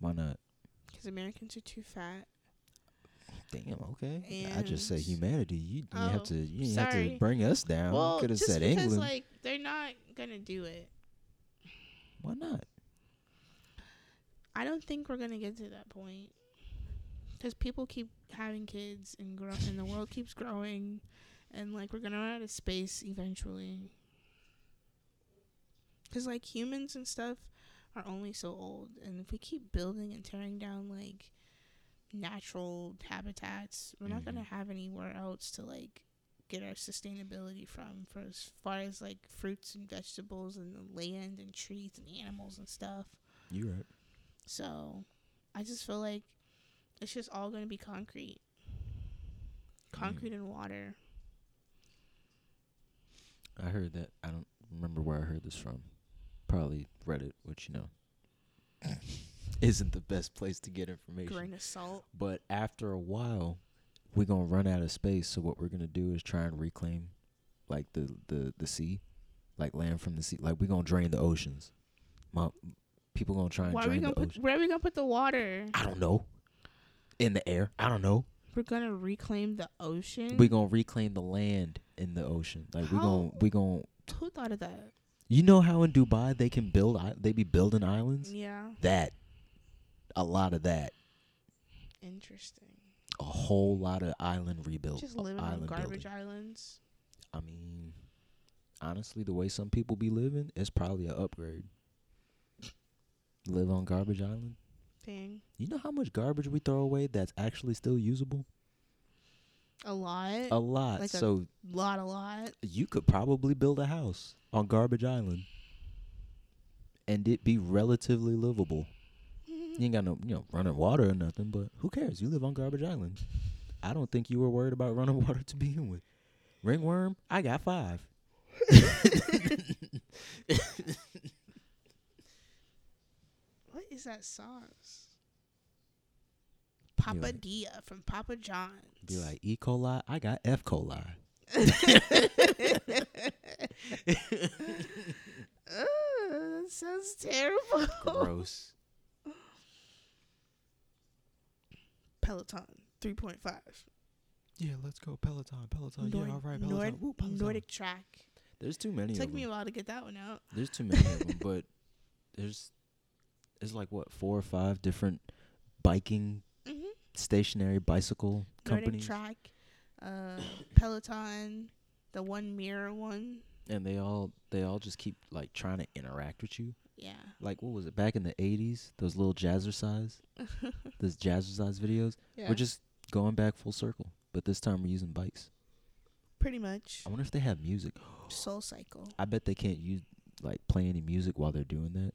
S1: Why not?
S2: because Americans are too fat.
S1: Damn. Okay. I just said
S2: And-
S1: humanity. You, you have
S2: Oh,
S1: to. You didn't have to
S2: sorry.
S1: bring us down.
S2: well,
S1: you could have
S2: just
S1: said
S2: because
S1: England.
S2: like they're not gonna do it.
S1: Why not?
S2: I don't think we're gonna get to that point because people keep having kids and grow, and the world keeps growing, and like we're gonna run out of space eventually. Because like humans and stuff are only so old, and if we keep building and tearing down like natural habitats, we're not gonna
S1: Mhm.
S2: have anywhere else to like get our sustainability from for as far as like fruits and vegetables and the land and trees and animals and stuff.
S1: You right.
S2: So I just feel like it's just all going to be concrete.
S1: Mm.
S2: Concrete and water.
S1: I heard that. I don't remember where I heard this from. Probably Reddit, which you know
S2: *coughs*
S1: isn't the best place to get information.
S2: Grain of salt.
S1: But after a while, we're gonna run out of space. So what we're gonna do is try and reclaim, like the the the sea, like land from the sea. Like we're gonna drain the oceans. My people gonna try and
S2: Why are we
S1: drain the
S2: gonna put,
S1: ocean.
S2: where are we gonna put the water?
S1: I don't know. In the air, I don't know.
S2: We're gonna reclaim the ocean.
S1: We're gonna reclaim the land in the ocean. Like we're
S2: Mm. How?
S1: gonna we gonna.
S2: Who thought of that?
S1: You know how in Dubai they can build i- they be building islands.
S2: Yeah,
S1: That, a lot of that,
S2: interesting.
S1: a whole lot of island rebuild. uh,
S2: Just living on
S1: island
S2: garbage
S1: building.
S2: islands.
S1: I mean, honestly, the way some people be living, it's probably a upgrade. Live on garbage island.
S2: Thing
S1: You know how much garbage we throw away that's actually still usable?
S2: a lot,
S1: A lot.
S2: Like a-
S1: so
S2: lot, a
S1: *laughs*
S2: lot.
S1: you could probably build a house on garbage island, and it be relatively livable. You ain't got no, you know, running water or nothing, but who cares? You live on garbage island. I don't think you were worried about running *laughs* water to begin with. Ringworm, I got five.
S2: What is that sauce? Papadilla from Papa John's.
S1: Be like E. coli, I got
S2: *laughs*
S1: F. coli.
S2: Ugh, that sounds terrible.
S1: Gross.
S2: Peloton 3.5.
S1: yeah, let's go Peloton, Peloton.
S2: Nord- Nord- Nordic track.
S1: There's too many.
S2: Took
S1: of
S2: me
S1: them.
S2: a while to get that one out. *laughs*
S1: There's too many of them, but there's there's like what four or five different biking
S2: hmm
S1: stationary bicycle
S2: Nordic
S1: companies,
S2: track, uh, Peloton, the one mirror one.
S1: and they all they all just keep like trying to interact with you.
S2: Yeah. *laughs*
S1: Like what was it back in the '80s? Those little jazzercise, those jazzercise videos.
S2: yeah.
S1: We're just going back full circle, but this time we're using bikes.
S2: pretty much
S1: I wonder if they have music.
S2: Soul Cycle.
S1: I bet they can't use like play any music while they're doing that.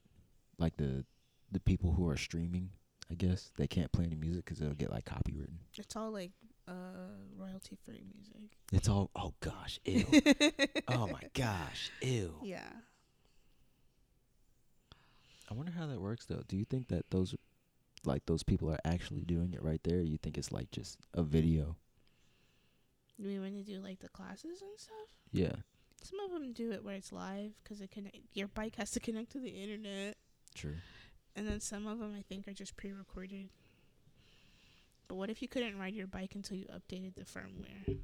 S1: Like the the people who are streaming, I guess they can't play any music because it'll get like copywritten.
S2: It's all like uh, royalty free music.
S1: It's all oh gosh, *laughs* ew, oh my gosh, ew.
S2: *laughs* Yeah.
S1: I wonder how that works though. Do you think that those like those people are actually doing it right there? Or you think it's like just a video?
S2: Do we want to do like the classes and stuff?
S1: Yeah,
S2: Some of them do it where it's live because it connect your bike has to connect to the internet,
S1: true.
S2: and then some of them I think are just pre-recorded. But what if you couldn't ride your bike until you updated the firmware?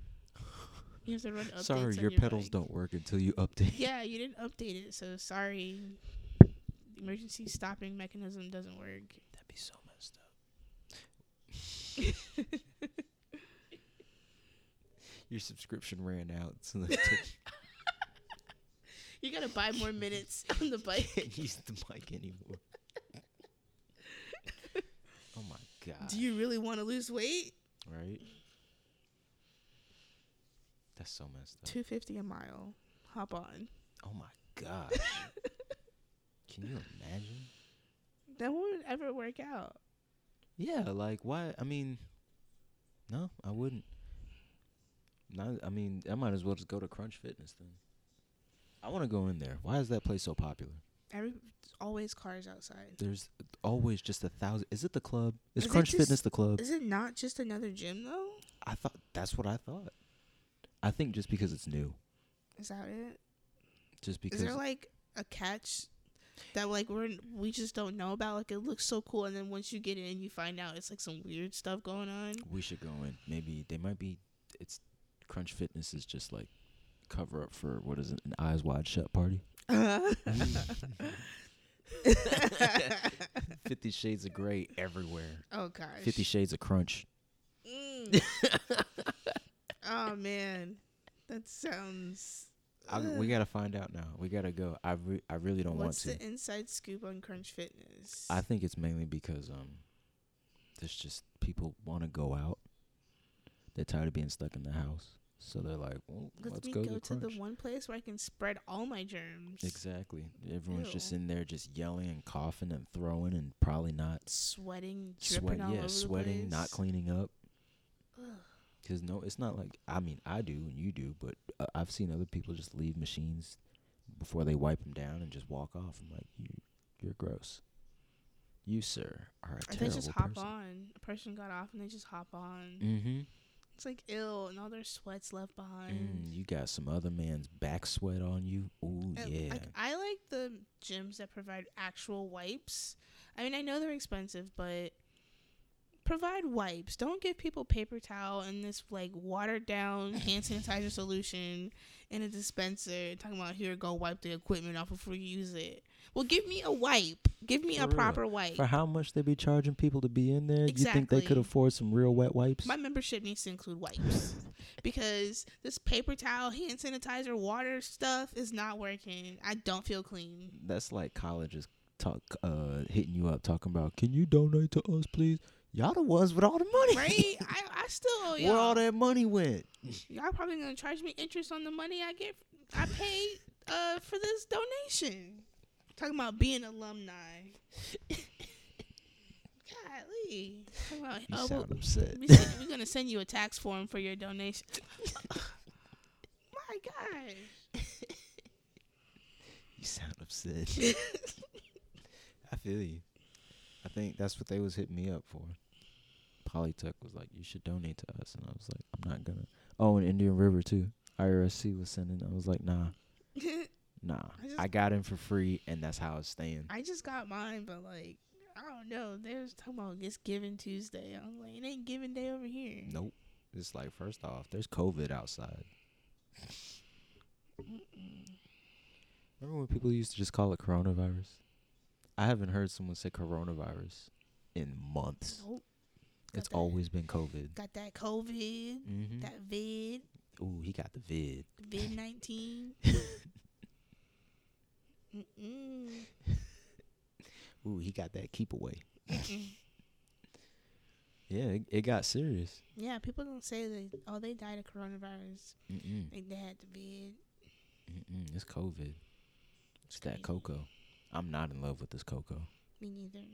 S2: You have to run updates.
S1: Sorry,
S2: on
S1: your pedals
S2: bike.
S1: don't work until you update.
S2: Yeah, you didn't update it, so sorry. Emergency stopping mechanism doesn't work.
S1: That'd be so messed up. *laughs* Your subscription ran out, so they *laughs* took-
S2: You gotta buy more minutes *laughs* on the bike.
S1: can't use the mic anymore. oh my god!
S2: Do you really want to lose weight?
S1: right? That's so messed up.
S2: Two fifty a mile. Hop on.
S1: Oh my *laughs* gosh! Can you imagine?
S2: That won't ever work out.
S1: Yeah, like why? I mean, no, I wouldn't. Not, I mean, I might as well just go to Crunch Fitness then. I want to go in there. Why is that place so popular?
S2: Every always cars outside.
S1: There's always just a thousand. Is it the club? Is,
S2: Is it
S1: Crunch
S2: just-
S1: Fitness the club?
S2: Is it not just another gym though?
S1: I thought that's what I thought. I think just because it's new,
S2: Is that it?
S1: just because
S2: Is there like a catch that like we're we just don't know about? Like it looks so cool, and then once you get in, you find out it's like some weird stuff going on. *laughs*
S1: we should go in. Maybe they might be. It's Crunch Fitness is just like cover up for what is it? An eyes wide
S2: *laughs*
S1: shut party. *laughs* Fifty Shades of Grey everywhere.
S2: oh gosh.
S1: Fifty Shades of Crunch.
S2: Mm. oh man, that sounds.
S1: *laughs* I, we gotta find out now. We gotta go. I re- I really don't
S2: What's
S1: want
S2: the
S1: to.
S2: inside scoop on Crunch Fitness?
S1: I think it's mainly because um, there's just people want to go out. They're tired of being stuck in the house, so they're like, well,
S2: Let
S1: let's,
S2: me
S1: go,
S2: go, to the
S1: Crunch.
S2: one place where I can spread all my germs.
S1: Exactly. Everyone's just
S2: Ew.
S1: in there, just yelling and coughing and throwing, and probably not
S2: Sweating, dripping
S1: sweat.
S2: all
S1: Yeah,
S2: over
S1: sweating,
S2: the place.
S1: not cleaning up.
S2: Ugh.
S1: Cause no, it's not like I mean I do and you do, but uh, I've seen other people just leave machines before they wipe them down and just walk off. I'm like, you, you're gross. You sir are a
S2: Or they
S1: terrible
S2: just hop
S1: person.
S2: on. A person got off and they just hop on.
S1: Mm-hmm.
S2: It's like ill, and all their sweats left behind.
S1: Mm, you got some other man's back sweat on you. Ooh
S2: And,
S1: yeah.
S2: Like I like the gyms that provide actual wipes. I mean, I know they're expensive, but provide wipes. Don't give people paper towel and this like watered
S1: *laughs*
S2: down hand sanitizer solution in a dispenser. Talking about here, go wipe the equipment off before you use it. Well, give me a wipe. Give me
S1: For
S2: a
S1: real.
S2: proper wipe.
S1: For how much they be charging people to be in there, you think they could
S2: Exactly.
S1: afford some real wet wipes?
S2: My membership needs to include
S1: *laughs*
S2: wipes because this paper towel, hand sanitizer, water stuff is not working. I don't feel clean.
S1: that's like colleges talk uh hitting you up talking about can you donate to us please y'all the ones with all the money
S2: Right? I, I still owe
S1: *laughs* where all
S2: y'all.
S1: that money went
S2: y'all probably gonna charge me interest on the money I get. I paid uh, for this donation. Talking about being alumni. Golly. Talking about,
S1: you
S2: oh, well,
S1: *laughs* sound upset *laughs*
S2: we send, we're gonna send you a tax form for your donation. gosh. *laughs*
S1: You sound upset. *laughs* I feel you. I think that's what they was hitting me up for. Polytech was like, "You should donate to us," and I was like, "I'm not gonna." Oh, and Indian River too. IRSC was sending. I was like,
S2: *laughs*
S1: "Nah, nah."
S2: I just-
S1: I got in for free, and that's how it's staying.
S2: I just got mine, but like, I don't know. They was talking about it's Giving Tuesday. I'm like, it ain't Giving Day over here.
S1: Nope. It's like first off, there's COVID outside. Remember when people used to just call it coronavirus? I haven't heard someone say coronavirus in months.
S2: Nope.
S1: It's
S2: that.
S1: always been COVID.
S2: Got that COVID,
S1: Mm-hmm.
S2: that vid,
S1: Ooh, he got the vid.
S2: vid
S1: *laughs*
S2: 19. Mm-mm.
S1: Ooh, he got that keep away.
S2: Mm-mm.
S1: *laughs* Yeah, it, it got serious.
S2: Yeah, people don't say that. Oh, they died of coronavirus.
S1: Mm-mm.
S2: Like they had the vid.
S1: Mm-mm. It's COVID. It's that
S2: crazy.
S1: cocoa. I'm not in love with this cocoa.
S2: Me neither.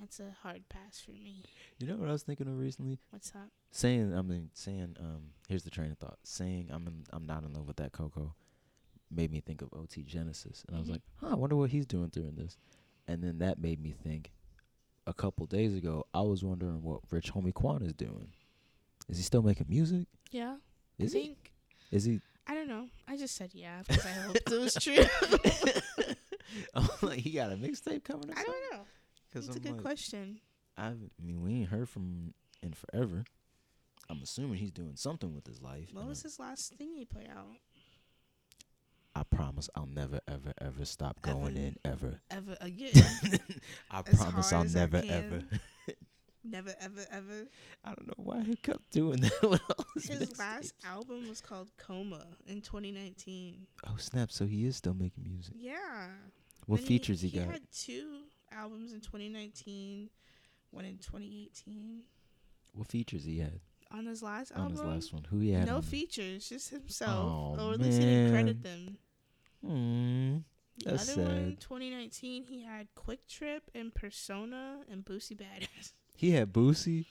S2: That's a hard pass for me.
S1: *laughs* You know what I was thinking of recently?
S2: What's up?
S1: saying I mean saying um here's the train of thought saying I'm in, I'm not in love with that Coco made me think of OT Genesis and I was
S2: Mhm.
S1: like huh I wonder what he's doing during this and then that made me think a couple days ago I was wondering what Rich Homie Quan is doing is he still making music
S2: Yeah.
S1: is
S2: I
S1: he
S2: think
S1: is he
S2: I don't know. I just said yeah because I hoped it was
S1: *laughs*
S2: true.
S1: I'm like he got a mixtape coming or
S2: I
S1: something
S2: don't know.
S1: because
S2: That's a
S1: I'm
S2: good
S1: like
S2: question.
S1: I haven't- I mean we ain't heard from him in forever I'm assuming he's doing something with his life
S2: What
S1: and
S2: was his last thing he put out?
S1: I promise I'll never, ever, ever stop going
S2: Ever.
S1: in ever.
S2: *laughs*
S1: *laughs*
S2: Ever again?
S1: I
S2: As
S1: promise I'll
S2: hard as I
S1: never,
S2: can.
S1: ever. *laughs*
S2: Never, ever, ever.
S1: I don't know why he kept doing that. *laughs* with all his
S2: His
S1: mixtapes.
S2: last album was called Coma in 2019.
S1: Oh snap! So he is still making music.
S2: Yeah.
S1: What
S2: Then
S1: features he,
S2: he
S1: got?
S2: had two albums in 2019, one in 2018.
S1: What features he had
S2: On his last
S1: on
S2: album,
S1: his last one? Who he had?
S2: no
S1: on-
S2: features, just himself.
S1: Oh,
S2: or at least he didn't credit
S1: man.
S2: them.
S1: Hmm.
S2: The
S1: That's
S2: other one,
S1: sad.
S2: 2019, he had Quick Trip and Persona and Boosie Badass.
S1: He had Boosie.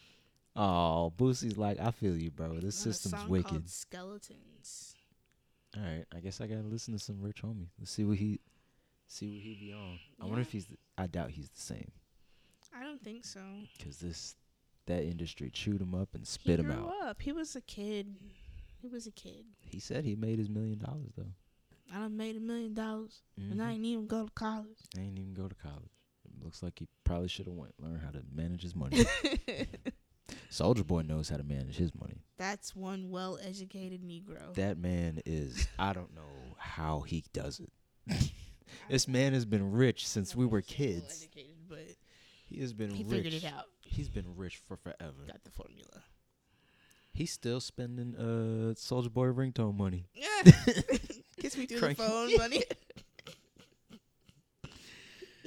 S1: Oh, Boosie's like, I feel you, bro. This
S2: on a
S1: system's
S2: song
S1: wicked.
S2: Called Skeletons.
S1: All right, I guess I gotta listen to some Rich Homie. Let's see what he, see what he be on. I wonder
S2: Yeah.
S1: if he's. The, I doubt he's the same.
S2: I don't think so.
S1: Cause this, that industry chewed him up and
S2: He
S1: spit him
S2: grew
S1: out.
S2: up. He was a kid. He was a kid.
S1: He said he made his million dollars though,
S2: I done made a million dollars and I
S1: Mhm.
S2: ain't even go to college. *laughs*
S1: I ain't even go to college. It looks like he probably should have went learn how to manage
S2: *laughs*
S1: his money. Soldier Boy knows how to manage his money.
S2: That's one well educated Negro.
S1: That man is. I don't know how he does it. *laughs* this man has been rich since we were kids.
S2: educated, but
S1: He has been
S2: he
S1: rich.
S2: figured it out.
S1: He's been rich for forever.
S2: Got the
S1: *laughs*
S2: formula.
S1: He's still spending uh Soldier Boy ringtone money. *laughs*
S2: Kiss me through
S1: Cranky.
S2: the phone,
S1: *laughs*
S2: money.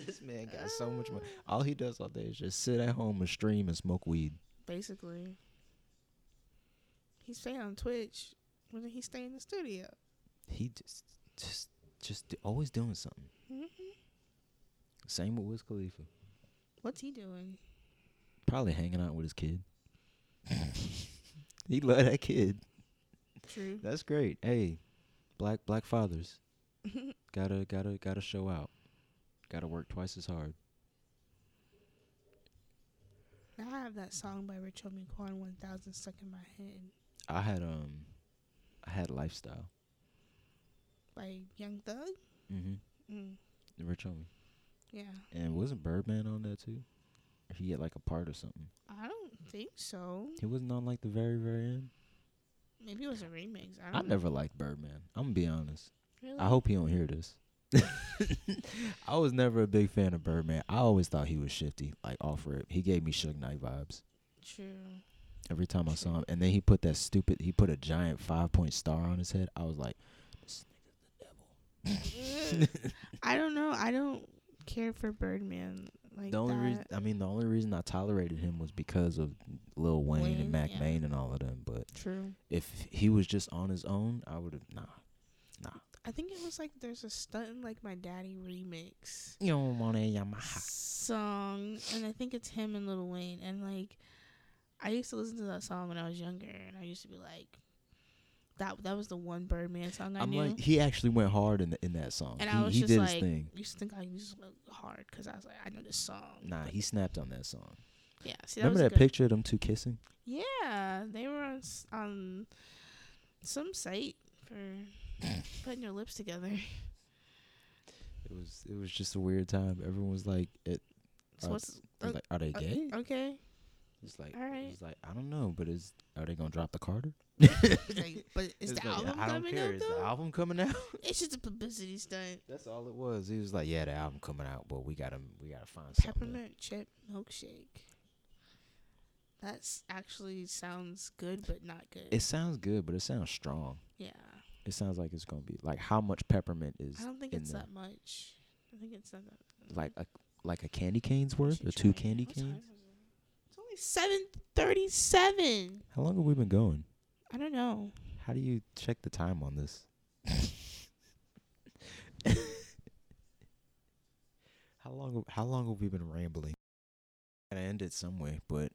S1: This man got so much money. All he does all day is just sit at home and stream and smoke weed.
S2: Basically, he stayed on Twitch. When did he stay in the studio?
S1: He just, just, just d- always doing something.
S2: Mhm.
S1: Same with Wiz Khalifa.
S2: What's he doing?
S1: Probably hanging out with his kid. *laughs* he love that kid.
S2: True. *laughs*
S1: That's great. Hey, black black fathers gotta gotta gotta show out. Gotta work twice as hard.
S2: Now I have that song by Rich Homie Quan 1000 stuck in my head
S1: I had um, I had lifestyle.
S2: by Young Thug.
S1: Mm-hmm.
S2: Mm,
S1: The rich homie.
S2: yeah.
S1: And wasn't Birdman on that too? Or He had like a part or something.
S2: I don't think so.
S1: He wasn't on like the very very end.
S2: Maybe it was a remix. I
S1: I
S2: don't
S1: never liked Birdman. I'm gonna be honest.
S2: Really?
S1: I hope he don't hear this. *laughs* I was never a big fan of Birdman. I always thought he was shifty, like off rip. He gave me Suge Knight vibes
S2: True.
S1: every time I saw him. And then he put that stupid. He put a giant five point star on his head. I was like, this nigga's the devil.
S2: I don't know. I don't care for Birdman like
S1: the only
S2: that.
S1: reason I mean, the only reason I tolerated him was because of Lil Wayne,
S2: Wayne,
S1: and Mac
S2: yeah.
S1: Main and all of them. But
S2: True.
S1: if he was just on his own, I would have nah, nah.
S2: I think it was like there's a stunting like my daddy remix
S1: You don't want a Yamaha.
S2: song, and I think it's him and Lil Wayne. And like, I used to listen to that song when I was younger, and I used to be like, that that was the one Birdman song I
S1: I'm
S2: knew.
S1: like, he actually went hard in the, in that song.
S2: and
S1: he
S2: I was
S1: he
S2: just
S1: did
S2: like,
S1: his thing.
S2: used to think I used to look hard because I was like, I know this song.
S1: Nah,
S2: but-
S1: he snapped on that song.
S2: yeah. See, that
S1: Remember
S2: was a
S1: that
S2: good,
S1: picture of them two kissing?
S2: Yeah, they were on s- on some site for
S1: *coughs*
S2: putting your lips together.
S1: Uh, It was it was just a weird time. Everyone was like, it,
S2: So
S1: Uh,
S2: what's
S1: was
S2: uh,
S1: like are they
S2: uh,
S1: gay? *coughs*
S2: okay?
S1: It's like
S2: alright.
S1: it's like I don't know, but is are they gonna drop the Carter?
S2: *laughs* It's
S1: *laughs*
S2: like, but is
S1: It's
S2: the
S1: like,
S2: album
S1: I don't
S2: coming
S1: care.
S2: out
S1: Is the
S2: though?
S1: album coming out? *laughs*
S2: It's just a publicity stunt.
S1: That's all it was. He was like, yeah, the album coming out, but we gotta we gotta find something.
S2: Peppermint chip milkshake. That's actually sounds good, but not good.
S1: It sounds good, but it sounds strong.
S2: yeah,
S1: It sounds like it's gonna be like how much peppermint is
S2: I don't think
S1: in
S2: it's
S1: the-
S2: that much. I think it's not that.
S1: like a like a candy cane's worth
S2: Should
S1: or two
S2: try it.
S1: candy
S2: What time
S1: canes.
S2: is it? It's only seven thirty-seven.
S1: How long have we been going?
S2: I don't know.
S1: How do you check the time on this? *laughs* how long? How long have we been rambling? Gotta end it some way, but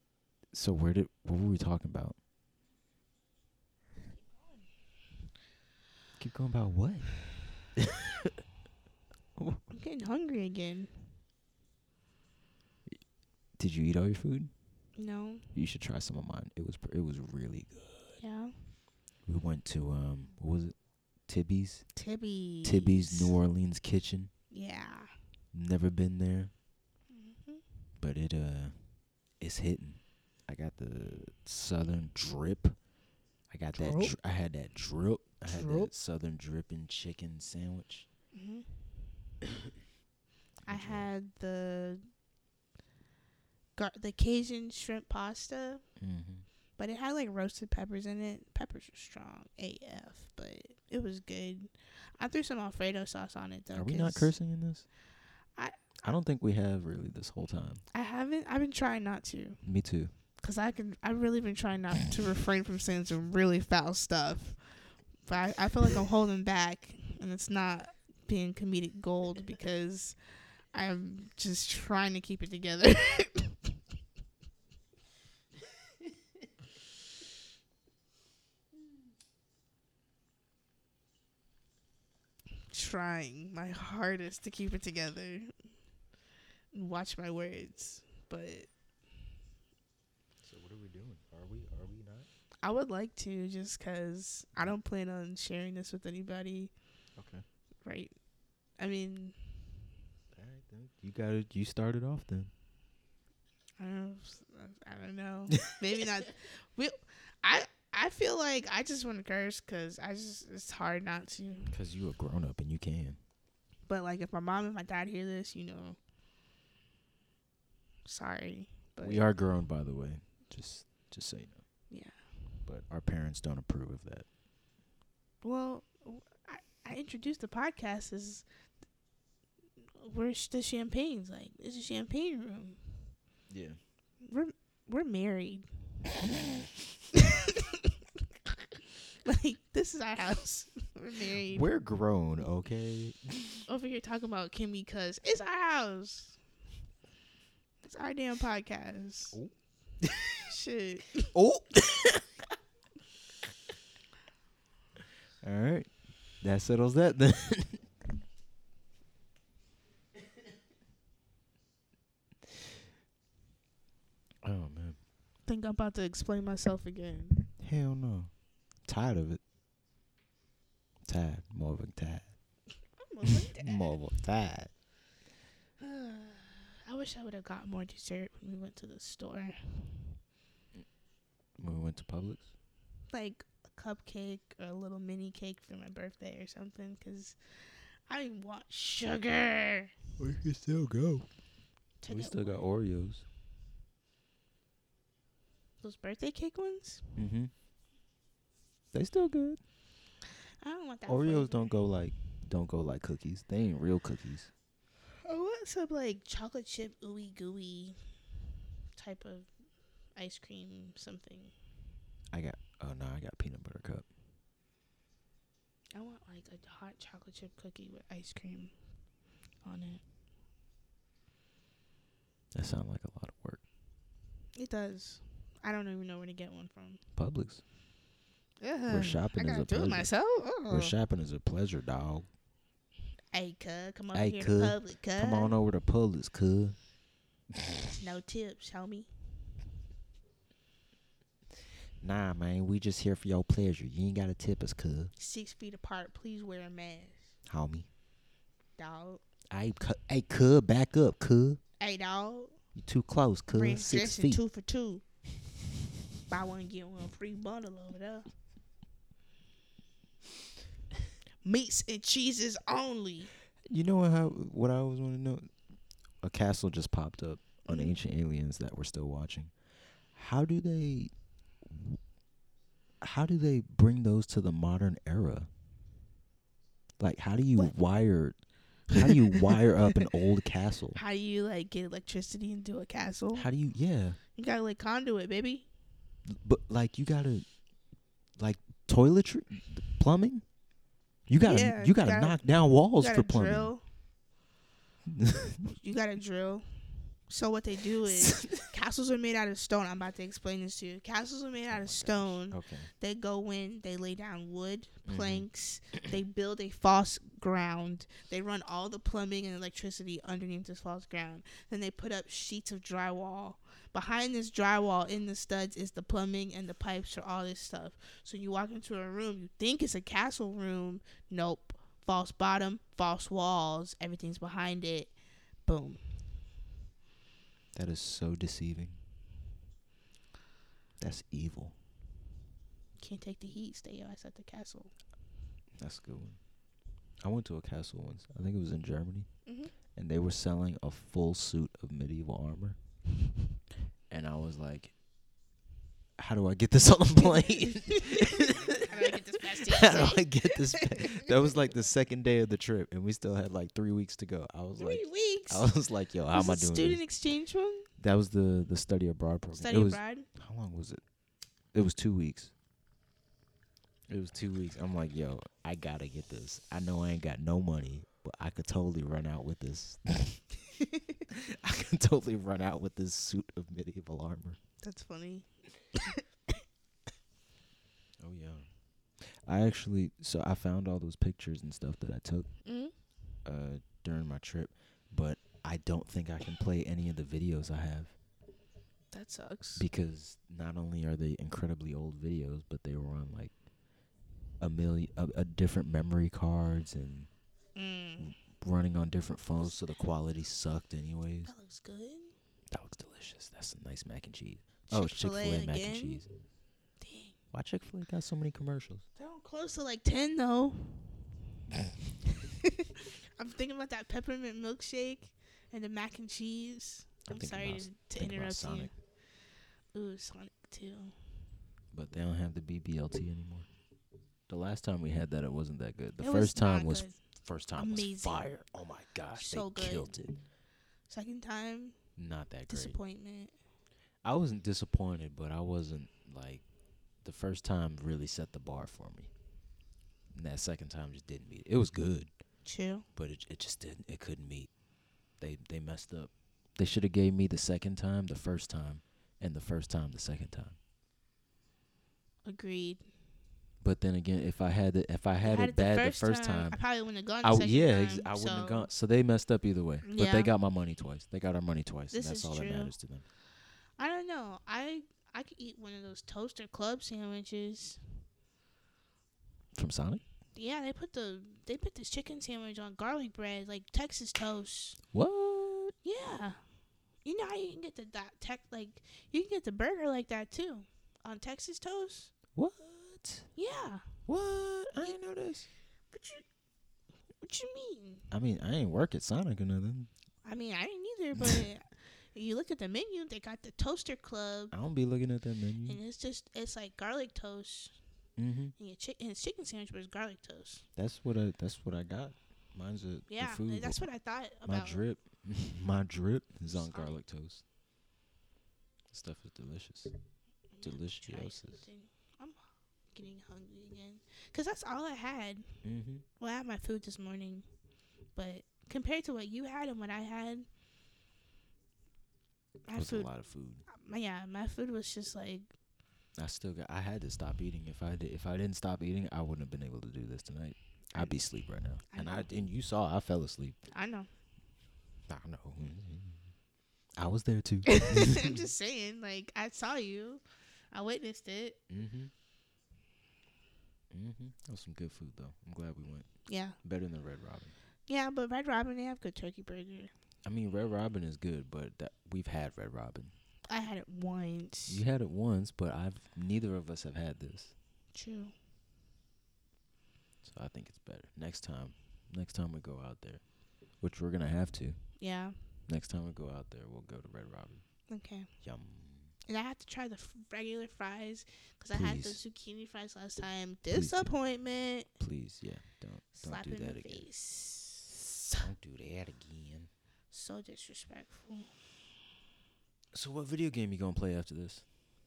S1: so where did what were we talking about? Keep going about what?
S2: I'm getting hungry again.
S1: Did you eat all your food?
S2: No.
S1: You should try some of mine. It was pr- it was really good.
S2: Yeah.
S1: We went to um what was it? Tibby's
S2: Tibby.
S1: Tibby's New Orleans Kitchen.
S2: Yeah.
S1: Never been there.
S2: hmm
S1: but it uh it's hitting. I got the southern drip. I got that.
S2: Drip?
S1: Dr- I had that drip. I had
S2: Drip.
S1: that southern dripping chicken sandwich.
S2: hmm I
S1: *coughs* Which one?
S2: had the gar- the Cajun shrimp pasta,
S1: Mm-hmm.
S2: but it had like roasted peppers in it. Peppers are strong AF, but it was good. I threw some Alfredo sauce on it though.
S1: Are we not
S2: 'cause
S1: cursing in this?
S2: I-
S1: I don't think we have really this whole time.
S2: I haven't. I've been trying not to,
S1: Me too.
S2: cause I can. I've really been trying not to refrain from saying some really foul stuff, but I, I feel like I'm holding back, and it's not being comedic gold because I'm just trying to keep it together. *laughs* trying my hardest to keep it together and watch my words, but
S1: So what are we doing? Are we? Are we not?
S2: I would like to just 'cause I don't plan on sharing this with anybody,
S1: Okay.
S2: right? I mean,
S1: All right then. You got it. You started off then.
S2: I don't, I don't know. Maybe not. We, I, I feel like I just want to curse 'cause I just it's hard not to.
S1: Cause you a grown up and you can.
S2: But like, if my mom and my dad hear this, you know, sorry, but
S1: we are grown, by the way. Just, just so you know.
S2: Yeah.
S1: But our parents don't approve of that.
S2: Well, w- I, I introduced the podcast as where's the champagnes? Like, it's a champagne room.
S1: Yeah.
S2: we're we're married. like this is our house. We're married.
S1: We're grown, okay?
S2: Over here talking about can we cuss? It's our house. It's our damn podcast.
S1: Oh.
S2: *laughs* Shit.
S1: Oh. All right. That settles that then. *laughs* oh man.
S2: Think I'm about to explain myself again.
S1: Hell no. Tired of it. Tired. More of a tired.
S2: I'm a little dead.
S1: More of a tired.
S2: *sighs* I wish I would have got more dessert when we went to the store.
S1: When we went to Publix.
S2: like a cupcake or a little mini cake for my birthday or something because I want sugar.
S1: We can still go.
S2: Took
S1: we
S2: out
S1: still got Oreos.
S2: those birthday cake ones.
S1: Mm-hmm. They still good.
S2: I don't want that. flavor.
S1: Oreos don't go like don't go like cookies. They ain't real cookies.
S2: I want some like chocolate chip ooey gooey type of ice cream something.
S1: I got oh no, I got peanut butter cup.
S2: I want like a hot chocolate chip cookie with ice cream on it.
S1: That sounds like a lot of work.
S2: It does. I don't even know where to get one from.
S1: Publix.
S2: Ugh,
S1: shopping
S2: Mm, I
S1: is
S2: gotta
S1: a
S2: do it
S1: pleasure.
S2: myself. Oh.
S1: Where
S2: Ugh.
S1: shopping is a pleasure, dog.
S2: Hey, cuz, come on
S1: Hey,
S2: here
S1: cuz,
S2: in public, cuz.
S1: Come on over to Publix, cuz.
S2: No tips, homie.
S1: Nah, man, we just here for your pleasure. You ain't gotta tip us, cuz,
S2: Six feet apart, please wear a mask,
S1: homie.
S2: dog.
S1: I hey, cuz, back up, cuz.
S2: Hey, dog.
S1: You too close,
S2: Bring
S1: cuz. Six feet.
S2: two for two. Buy one, get one free bundle over there. Meats and cheeses only.
S1: You know what? How, what I always want to know. Mm. A castle just popped up on
S2: Mhm.
S1: Ancient Aliens that we're still watching. How do they? How do they bring those to the modern era? Like, how do you
S2: What?
S1: wire? How do you wire up an old *laughs* castle?
S2: How do you like get electricity into a castle?
S1: How do you? Yeah,
S2: You gotta like conduit, baby.
S1: but like you gotta, like toiletry, plumbing. You gotta,
S2: Yeah,
S1: you gotta
S2: gotta-
S1: knock down walls
S2: you
S1: for
S2: gotta
S1: plumbing. *laughs*
S2: drill. you gotta drill. So what they do
S1: *laughs*
S2: is castles are made out of stone. I'm about to explain this to you. Castles are made
S1: Oh
S2: out of stone.
S1: Okay.
S2: They go in, they lay down wood,
S1: Mhm.
S2: planks, they build a false ground. They run all the plumbing and electricity underneath this false ground. Then they put up sheets of drywall. Behind this drywall in the studs is the plumbing and the pipes for all this stuff. So you walk into a room, you think it's a castle room. Nope. False bottom, false walls, everything's behind it. Boom.
S1: That is so deceiving. That's evil.
S2: Can't take the heat, stay your ass at the castle.
S1: That's a good one. I went to a castle once. I think it was in Germany,
S2: Mhm.
S1: and they were selling a full suit of medieval armor. *laughs* And I was like, "How do I get this
S2: *laughs*
S1: on a plane?
S2: How do
S1: *laughs*
S2: *laughs* I get *laughs* this past
S1: How do I get this?" pa- that was like the second day of the trip, and we still had like three weeks to go. I was like,
S2: Three weeks.
S1: "I was like, yo, how
S2: Was
S1: am I
S2: it
S1: doing?"
S2: Student
S1: This?
S2: exchange one?
S1: That was the the study abroad program.
S2: Study
S1: it was
S2: abroad?
S1: how long was it? It was two weeks. It was two weeks. I'm like, yo, I gotta get this. I know I ain't got no money, but I could totally run out with this. *laughs* I could totally run out with this suit of medieval armor.
S2: That's funny.
S1: Oh yeah. I actually so I found all those pictures and stuff that I took
S2: Mm?
S1: uh during my trip, but I don't think I can play any of the videos I have
S2: That sucks.
S1: because not only are they incredibly old videos, but they were on like a million a, a different memory cards and
S2: Mm.
S1: running on different phones, so the quality sucked anyways.
S2: That looks good.
S1: That looks delicious. That's some nice mac and cheese. oh, it's Chick Fil
S2: Chick-fil-A
S1: A mac and
S2: again?
S1: cheese.
S2: Dang.
S1: Why Chick Fil A got so many commercials?
S2: They're on close to like 10
S1: *laughs*
S2: though. I'm thinking about that peppermint milkshake and the mac and cheese.
S1: I'm
S2: I'm,
S1: thinking
S2: sorry
S1: about-
S2: to, to
S1: thinking about
S2: interrupt
S1: Sonic.
S2: you. Ooh, Sonic too.
S1: But they don't have the BBLT anymore. The last time we had that, it wasn't that good. The
S2: It
S1: first time
S2: not
S1: was
S2: good.
S1: first time
S2: Amazing.
S1: was fire. Oh my gosh,
S2: So
S1: they
S2: good.
S1: killed it.
S2: Second time,
S1: Not that great.
S2: disappointment.
S1: I wasn't disappointed, but I wasn't like the first time really set the bar for me. And that second time just didn't meet. It was good,
S2: Chill.
S1: but it it just didn't. It couldn't meet. They they messed up. They should have gave me the second time, the first time, and the first time, the second time.
S2: Agreed.
S1: But then again, if I had it, if I
S2: I
S1: had, it bad the first time,
S2: I probably wouldn't have gone.
S1: I
S2: The second
S1: w- yeah,
S2: time,
S1: ex- I wouldn't
S2: so
S1: have gone. So they messed up either way. But
S2: Yeah.
S1: they got my money twice. They got our money twice,
S2: This
S1: and that's
S2: is
S1: all
S2: true.
S1: that matters to them.
S2: I don't know. I I could eat one of those toaster club sandwiches.
S1: From Sonic,
S2: Yeah, they put the they put this chicken sandwich on garlic bread, like Texas toast.
S1: what?
S2: Yeah, you know how you can get the that tech like you can get the burger like that too on Texas toast.
S1: What?
S2: Yeah,
S1: What? I didn't know this.
S2: but you what you mean?
S1: I mean, I ain't work at Sonic or nothing.
S2: I mean, I didn't either, *laughs* but you look at the menu, they got the toaster club,
S1: I don't be looking at that menu.
S2: and it's just it's like garlic toast
S1: Mm-hmm.
S2: and your chick and it's chicken sandwich, but it's garlic toast.
S1: That's what I. That's what I got. Mine's a
S2: Yeah,
S1: the food.
S2: that's what I thought
S1: my
S2: about.
S1: drip. *laughs* my drip is on
S2: Sonic.
S1: garlic toast. Stuff is delicious.
S2: I'm gonna have to try
S1: Deliciouses.
S2: something. I'm getting hungry again. Because that's all I had.
S1: Mm-hmm.
S2: Well, I had my food this morning. But compared to what you had and what I had, my
S1: That's a
S2: food,
S1: lot of food.
S2: my, yeah, my food was just like,
S1: I still got. I had to stop eating. If I did, if I didn't stop eating, I wouldn't have been able to do this tonight. I'd be asleep right now.
S2: I
S1: And
S2: know.
S1: I and you saw I fell asleep.
S2: I know. *laughs*
S1: I know.
S2: Mm-hmm.
S1: Mm-hmm. I was
S2: *laughs*
S1: there too.
S2: I'm just saying, like I saw you, I witnessed it.
S1: Mm-hmm. Mm-hmm. That was some good food though. I'm glad we went.
S2: Yeah,
S1: Better than Red Robin.
S2: yeah. But Red Robin, they have good turkey burger.
S1: I mean, Red Robin is good, but that we've had Red Robin.
S2: I had it once.
S1: You had it once, but I've neither of us have had this,
S2: True.
S1: so I think it's better. Next time, next time we go out there, which we're gonna have to.
S2: Yeah.
S1: Next time we go out there, we'll go to Red Robin.
S2: Okay.
S1: Yum.
S2: And I have to try the f- regular fries because I had the
S1: Please.
S2: zucchini fries last time.
S1: do.
S2: Disappointment.
S1: Please, yeah. Don't don't
S2: Slap
S1: do
S2: in
S1: that
S2: the
S1: again.
S2: face.
S1: Don't do that again.
S2: So disrespectful.
S1: So, what video game you gonna play after this?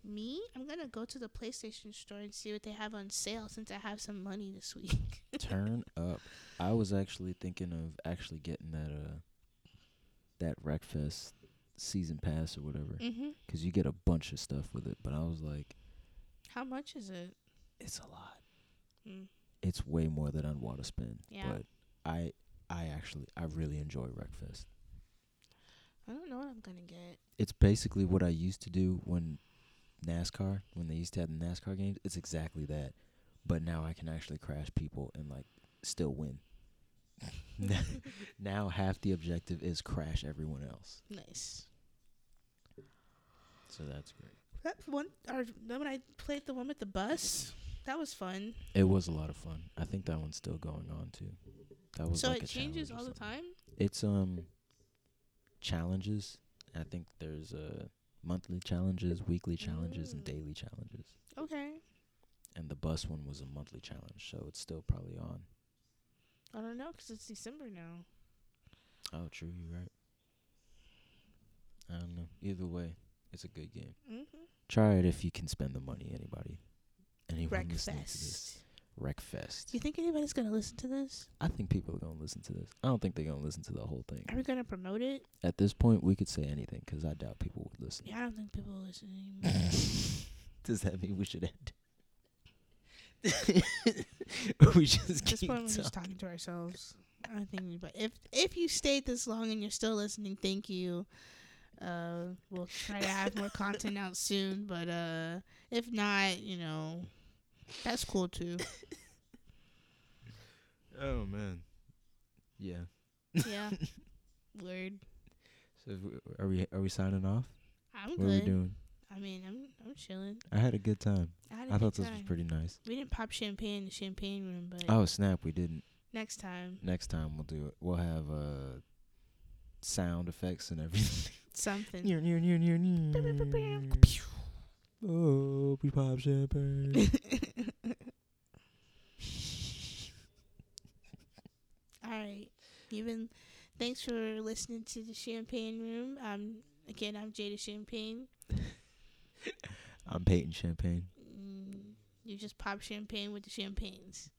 S2: Me, I'm gonna go to the PlayStation store and see what they have on sale since I have some money this *laughs* week. *laughs*
S1: Turn up. I was actually thinking of actually getting that uh that Wreckfest season pass or whatever. 'Cause
S2: mm-hmm.
S1: you get a bunch of stuff with it. But I was like,
S2: How much is it?
S1: it's a lot.
S2: Mm.
S1: It's way more than I'd want to spend.
S2: Yeah.
S1: But I I actually I really enjoy Wreckfest.
S2: I don't know what I'm gonna get.
S1: It's basically what I used to do when NASCAR when they used to have the NASCAR games. It's exactly that, but now I can actually crash people and like still win. *laughs* now half the objective is crash everyone else.
S2: Nice.
S1: So that's great.
S2: That one, or then when I played the one with the bus, that was fun.
S1: It was a lot of fun. I think that one's still going on too. That was
S2: So
S1: like
S2: it
S1: a
S2: changes
S1: challenge or
S2: all the
S1: something.
S2: time.
S1: It's um challenges. I think there's uh monthly challenges, weekly challenges, and
S2: Mm.
S1: daily challenges.
S2: Okay.
S1: And the bus one was a monthly challenge, so it's still probably on.
S2: I don't know because it's December now.
S1: Oh, true. You're right. I don't know. Either way, it's a good game.
S2: Mm-hmm.
S1: Try it if you can spend the money. Anybody? Anyone listening to this?
S2: Breakfast.
S1: Wreckfest.
S2: Do you think anybody's gonna listen to this?
S1: I think people are gonna listen to this. I don't think they're gonna listen to the whole thing.
S2: Are we gonna promote it?
S1: At this point, we could say anything 'cause I doubt people would listen.
S2: Yeah, I don't think people will listen
S1: *laughs*
S2: anymore.
S1: Does that mean we should end? *laughs* we just
S2: At this
S1: keep
S2: point, we're just
S1: talking.
S2: talking to ourselves. I don't think anybody. If if you stayed this long and you're still listening, thank you. Uh, we'll try to have more content out soon, but uh, if not, you know, that's cool
S1: *laughs*
S2: too.
S1: Oh man, yeah.
S2: Yeah. Word.
S1: *laughs* So w- are we are we signing off?
S2: I'm
S1: What are we
S2: good.
S1: doing?
S2: I mean, I'm I'm chilling.
S1: I had a good time.
S2: I, had a
S1: I
S2: good
S1: thought this was
S2: time.
S1: pretty nice.
S2: We didn't pop champagne in the champagne room, but
S1: Oh snap, we didn't.
S2: next time
S1: Next time we'll do it. We'll have uh sound effects
S2: *laughs*
S1: and everything.
S2: something.
S1: Nyeh, nyeh, nyeh, nyeh, nyeh. Oh, we pop champagne.
S2: All right. You've been. Thanks for listening to the Champagne Room. Um, again, I'm Jada Champagne.
S1: I'm Peyton Champagne.
S2: Mm, you just pop champagne with the champagnes.